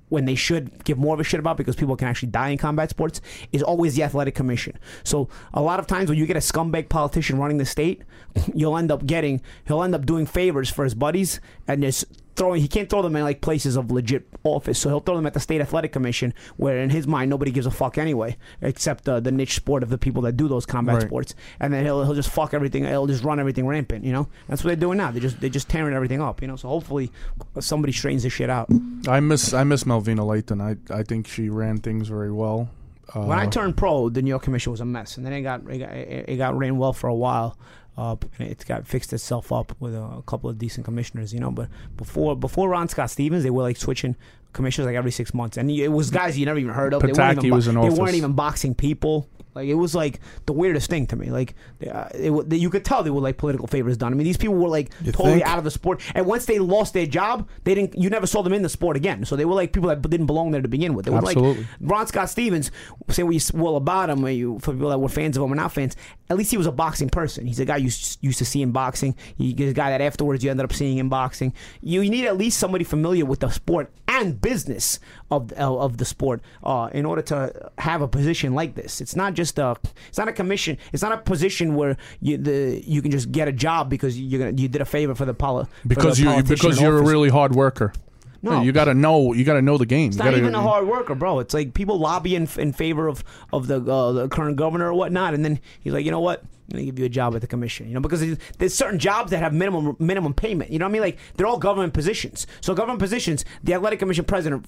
when they should give more of a shit about because people can actually die in combat sports is always the athletic commission. So a lot of times when you get a scumbag politician running the state, you'll end up getting he'll end up doing favors for his buddies and just throwing he can't throw them in like places of legit office. So he'll throw them at the state athletic commission where in his mind nobody gives a fuck anyway except uh, the niche sport of the people that do those combat
Right.
sports. And then he'll he'll just fuck everything. He'll just run everything rampant, you know? That's what they're doing now. They just they're just tearing everything up, you know? So hopefully somebody straightens this shit out.
I miss I miss Melvina Leighton. I I think she ran things very well. Uh,
When I turned pro, the New York Commission was a mess, and then it got it got, it got ran well for a while, uh, and it got fixed itself up with a, a couple of decent commissioners, you know. But before before Ron Scott Stevens, they were like switching commissioners like every six months, and it was guys you never even heard of. they weren't
Pataki
even, bo-
was in
They
office.
weren't even boxing people. Like it was like the weirdest thing to me. Like they, uh, it, wa- you could tell they were like political favors done. I mean, these people were like
You
totally
think?
out of the sport. And once they lost their job, they didn't. You never saw them in the sport again. So they were like people that didn't belong there to begin with. They were like
Absolutely.
Ron Scott Stevens, say what you s- will about him, or you, for people that were fans of him or not fans, at least he was a boxing person. He's a guy you s- used to see in boxing. He's a guy that afterwards you ended up seeing in boxing. You, you need at least somebody familiar with the sport and business of the, of the sport uh, in order to have a position like this. It's not just a it's not a commission. It's not a position where you the you can just get a job because you're gonna you did a favor for the poli, for
because
the
you
politician
because
in
you're a
office.
really hard worker.
No.
you got to know. You got to know the game.
It's
you
not
gotta-
even a hard worker, bro. It's like people lobbying f- in favor of of the, uh, the current governor or whatnot, and then he's like, you know what? I'm gonna give you a job at the commission, you know, because there's- there's certain jobs that have minimum minimum payment. You know what I mean? Like they're all government positions. So government positions, the athletic commission president,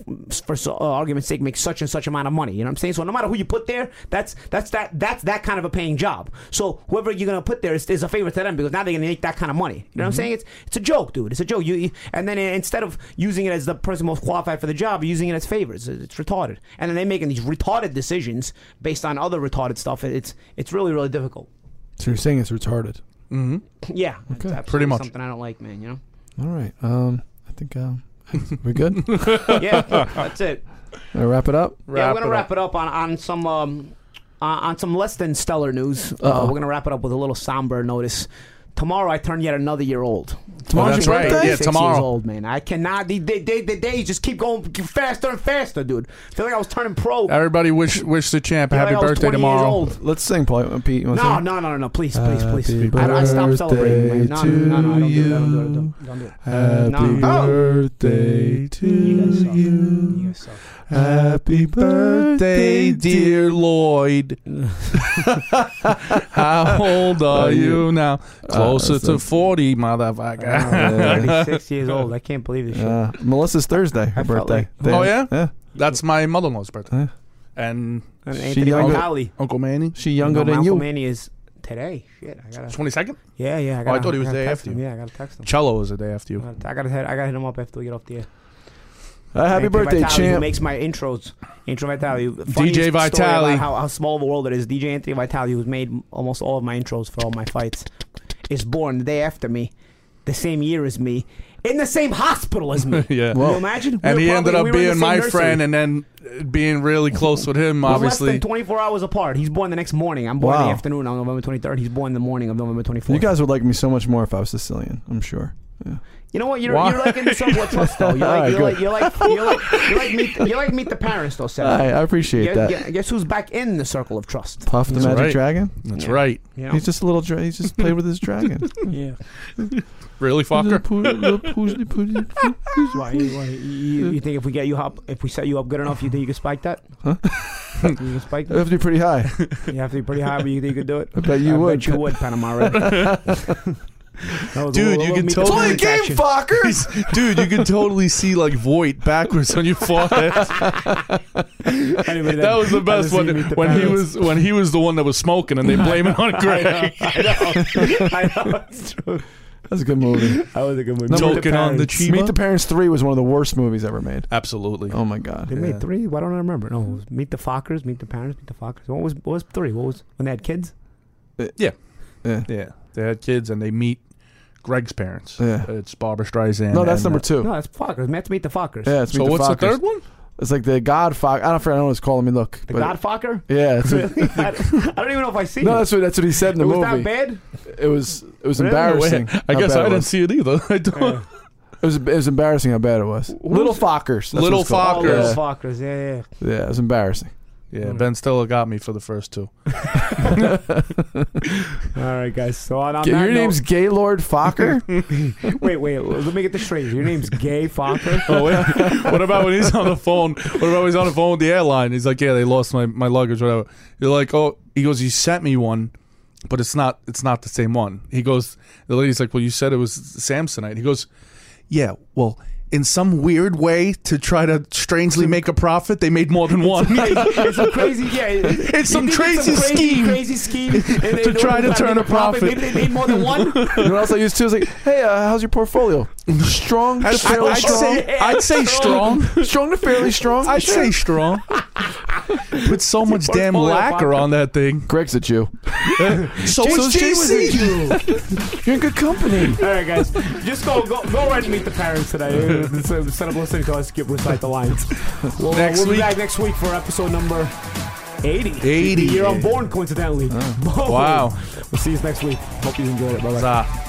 for so- uh, argument's sake, makes such and such amount of money. You know what I'm saying? So no matter who you put there, that's that's that that's that kind of a paying job. So whoever you're gonna put there is, is a favor to them because now they're gonna make that kind of money. You know
Mm-hmm.
what I'm saying? It's it's a joke, dude. It's a joke. You, you and then instead of using it as the person most qualified for the job, you're using it as favors. It's retarded. And then they're making these retarded decisions based on other retarded stuff. It's it's really really difficult.
So you're saying it's retarded.
Yeah, it's
Okay.
absolutely
Pretty much.
something I don't like, man. You
All right. Um, I think um, we're good.
know? Yeah, that's it.
Wanna wrap it up.
yeah,
Wrap
we're gonna
it
wrap
up.
it up on on some um, uh, on some less than stellar news. Uh, we're gonna wrap it up with a little somber notice. Tomorrow I turn yet another year old.
Tomorrow's that's your right. birthday? Yeah,
Six
tomorrow.
Years old, man. I cannot. The, the, the, the days just keep going faster and faster, dude. I feel like I was turning pro. Feel
Everybody wish wish the champ a
like
happy
I was
birthday
20 years
tomorrow.
old.
Let's sing, Paul. Uh, Pete, you wanna
No,
sing?
no, no, no, no! Please, please, please!
Happy
I, I
birthday
stopped celebrating, man. No, no, no, no! I don't do it. I don't do it. I don't, do it, I don't do it. No. Oh.
Happy birthday to you.
guys suck.
Happy birthday,
Birthday,
dear.
dear Lloyd. How old are you Uh, now? Closer
that's
to
a-
40, motherfucker.
I'm 36 years old. I can't believe this shit.
Uh, Melissa's Thursday, her
I felt
birthday.
like-
Oh, yeah?
Yeah.
That's my mother in law's
Huh?
birthday. And
And
she
Anthony
younger-
Roncalli.
Uncle Manny?
She younger
No,
than
Malcolm
you.
Manny is today. Shit, I gotta.
22nd?
Yeah, yeah. I,
Oh, I
gotta,
thought he was
gotta
day
text
after
him.
you.
Yeah, I gotta text him.
Cello is the day
I
after you.
gotta- I gotta hit. I gotta hit him up after we get off the air.
Uh, happy
Anthony
birthday,
Vitale, Who
champ.
makes my intros? Intro Vitale. Funniest
DJ
story about
Vitale.
How, how small of a world it is. DJ Anthony Vitale, who's made almost all of my intros for all my fights, is born the day after me, the same year as me, in the same hospital as me.
Yeah.
Can you imagine? We
and
were
he
probably-
ended up
we were in the
being
same
my
nursery.
friend and then uh, being really close with him,
We're
obviously.
less than 24 hours apart. He's born the next morning. I'm born in
Wow.
the afternoon on November 23rd. He's born the morning of November 24th.
You guys would like me so much more if I was Sicilian. I'm sure. Yeah.
You know what? You're,
Why?
you're like in the somewhat trust though. You're
All right,
like, you're,
good.
like, you're like you're like you're like meet you're like meet the parents though,
I,
Seth.
I appreciate
Gu-
that.
gu- Guess who's back in the circle of trust?
Puff the
That's
Magic
right.
Dragon.
That's right.
You know?
He's just a little. Dra- he's just played with his dragon.
Yeah.
Really, fucker?
Why, you- why- you, you think if we get you up, if we set you up good enough, you think you can spike that?
Huh?
you can spike
I have
that?
to be pretty high.
You have to be pretty high, but you think you could do it?
I bet you
I
would.
Bet you would, Panama. Red. That was a
Dude,
little-
you
little
can
meet the
totally-
parents
It's only
action.
fuckers! Dude, you can totally see like Voight backwards on your forehead.
Anybody
That was the best
hasn't
one
seen Meet the
when he
Parents.
was when he was the one that was smoking and they blame it on Greg.
I know. I know. It's true.
That's a good movie.
That was a good movie. Meet
Token on the
Parents.
Chiba.
Meet the Parents Three was one of the worst movies ever made.
Absolutely.
Oh my god.
They made three. Why don't I remember? No, it was Meet the Fockers, Meet the Parents, Meet the Fockers. What was what was three? What was when they had kids?
Yeah.
Yeah, they had kids and they meet Greg's parents.
Yeah.
It's Barbara Streisand.
No, that's
and,
number
uh,
two.
No, that's Fockers. That's Meet the Fockers.
Yeah, it's
so
Meet the
what's the
Fockers.
third one?
It's like the Godfather. I don't forget. I don't know what it's called. Let me look.
The
But-
Godfocker.
Yeah. It's a-
Really? I, I don't even know if I see
no,
it.
that's what that's what he said in the
it was that
movie.
bad.
It was it was
Really?
embarrassing.
I
how
guess
bad
I
it
didn't
was.
see it either. I don't.
It was it was embarrassing how bad it was. Little Fockers. that's what
Little
it's called.
Oh, little
Yeah.
Fockers. Yeah, yeah.
Yeah. yeah, it was embarrassing.
Yeah, Ben Stiller got me for the first two.
All right, guys. So on, on
Ga-
that
Your name's Gaylord Focker.
note, wait, wait. Let me get this straight. Your name's Gay Focker.
Oh, wait. what about when he's on the phone? What about when he's on the phone with the airline? He's like, yeah, they lost my, my luggage, whatever. You're like, oh, he goes, you sent me one, but it's not it's not the same one. He goes, the lady's like, well, you said it was Samsonite. He goes, yeah, well, in some weird way to try to strangely make a profit, they made more than one.
it's some crazy. Yeah, it- you
some
think
crazy
crazy
scheme
Crazy scheme and they-
to try to
they-
turn a profit.
Maybe they made more than one.
you know what else I used to? It's like, hey, uh, how's your portfolio? Strong, to
I'd,
fairly
I'd
strong.
say, I'd say strong.
Strong to fairly strong.
I'd say strong. Put so much damn
portfolio
lacquer
vodka.
on that thing.
Greg's a Jew.
So
was JC. You're in good company.
All right, guys. Just go, go, go right and meet the parents today. Instead of listening to us skip recite the lines. We'll,
Next
we'll be
week.
back next week for episode number 80.
80.
The year I'm born, coincidentally. Boom.
Wow.
We'll see you next week. Hope you enjoyed it. Bye bye.
Zah.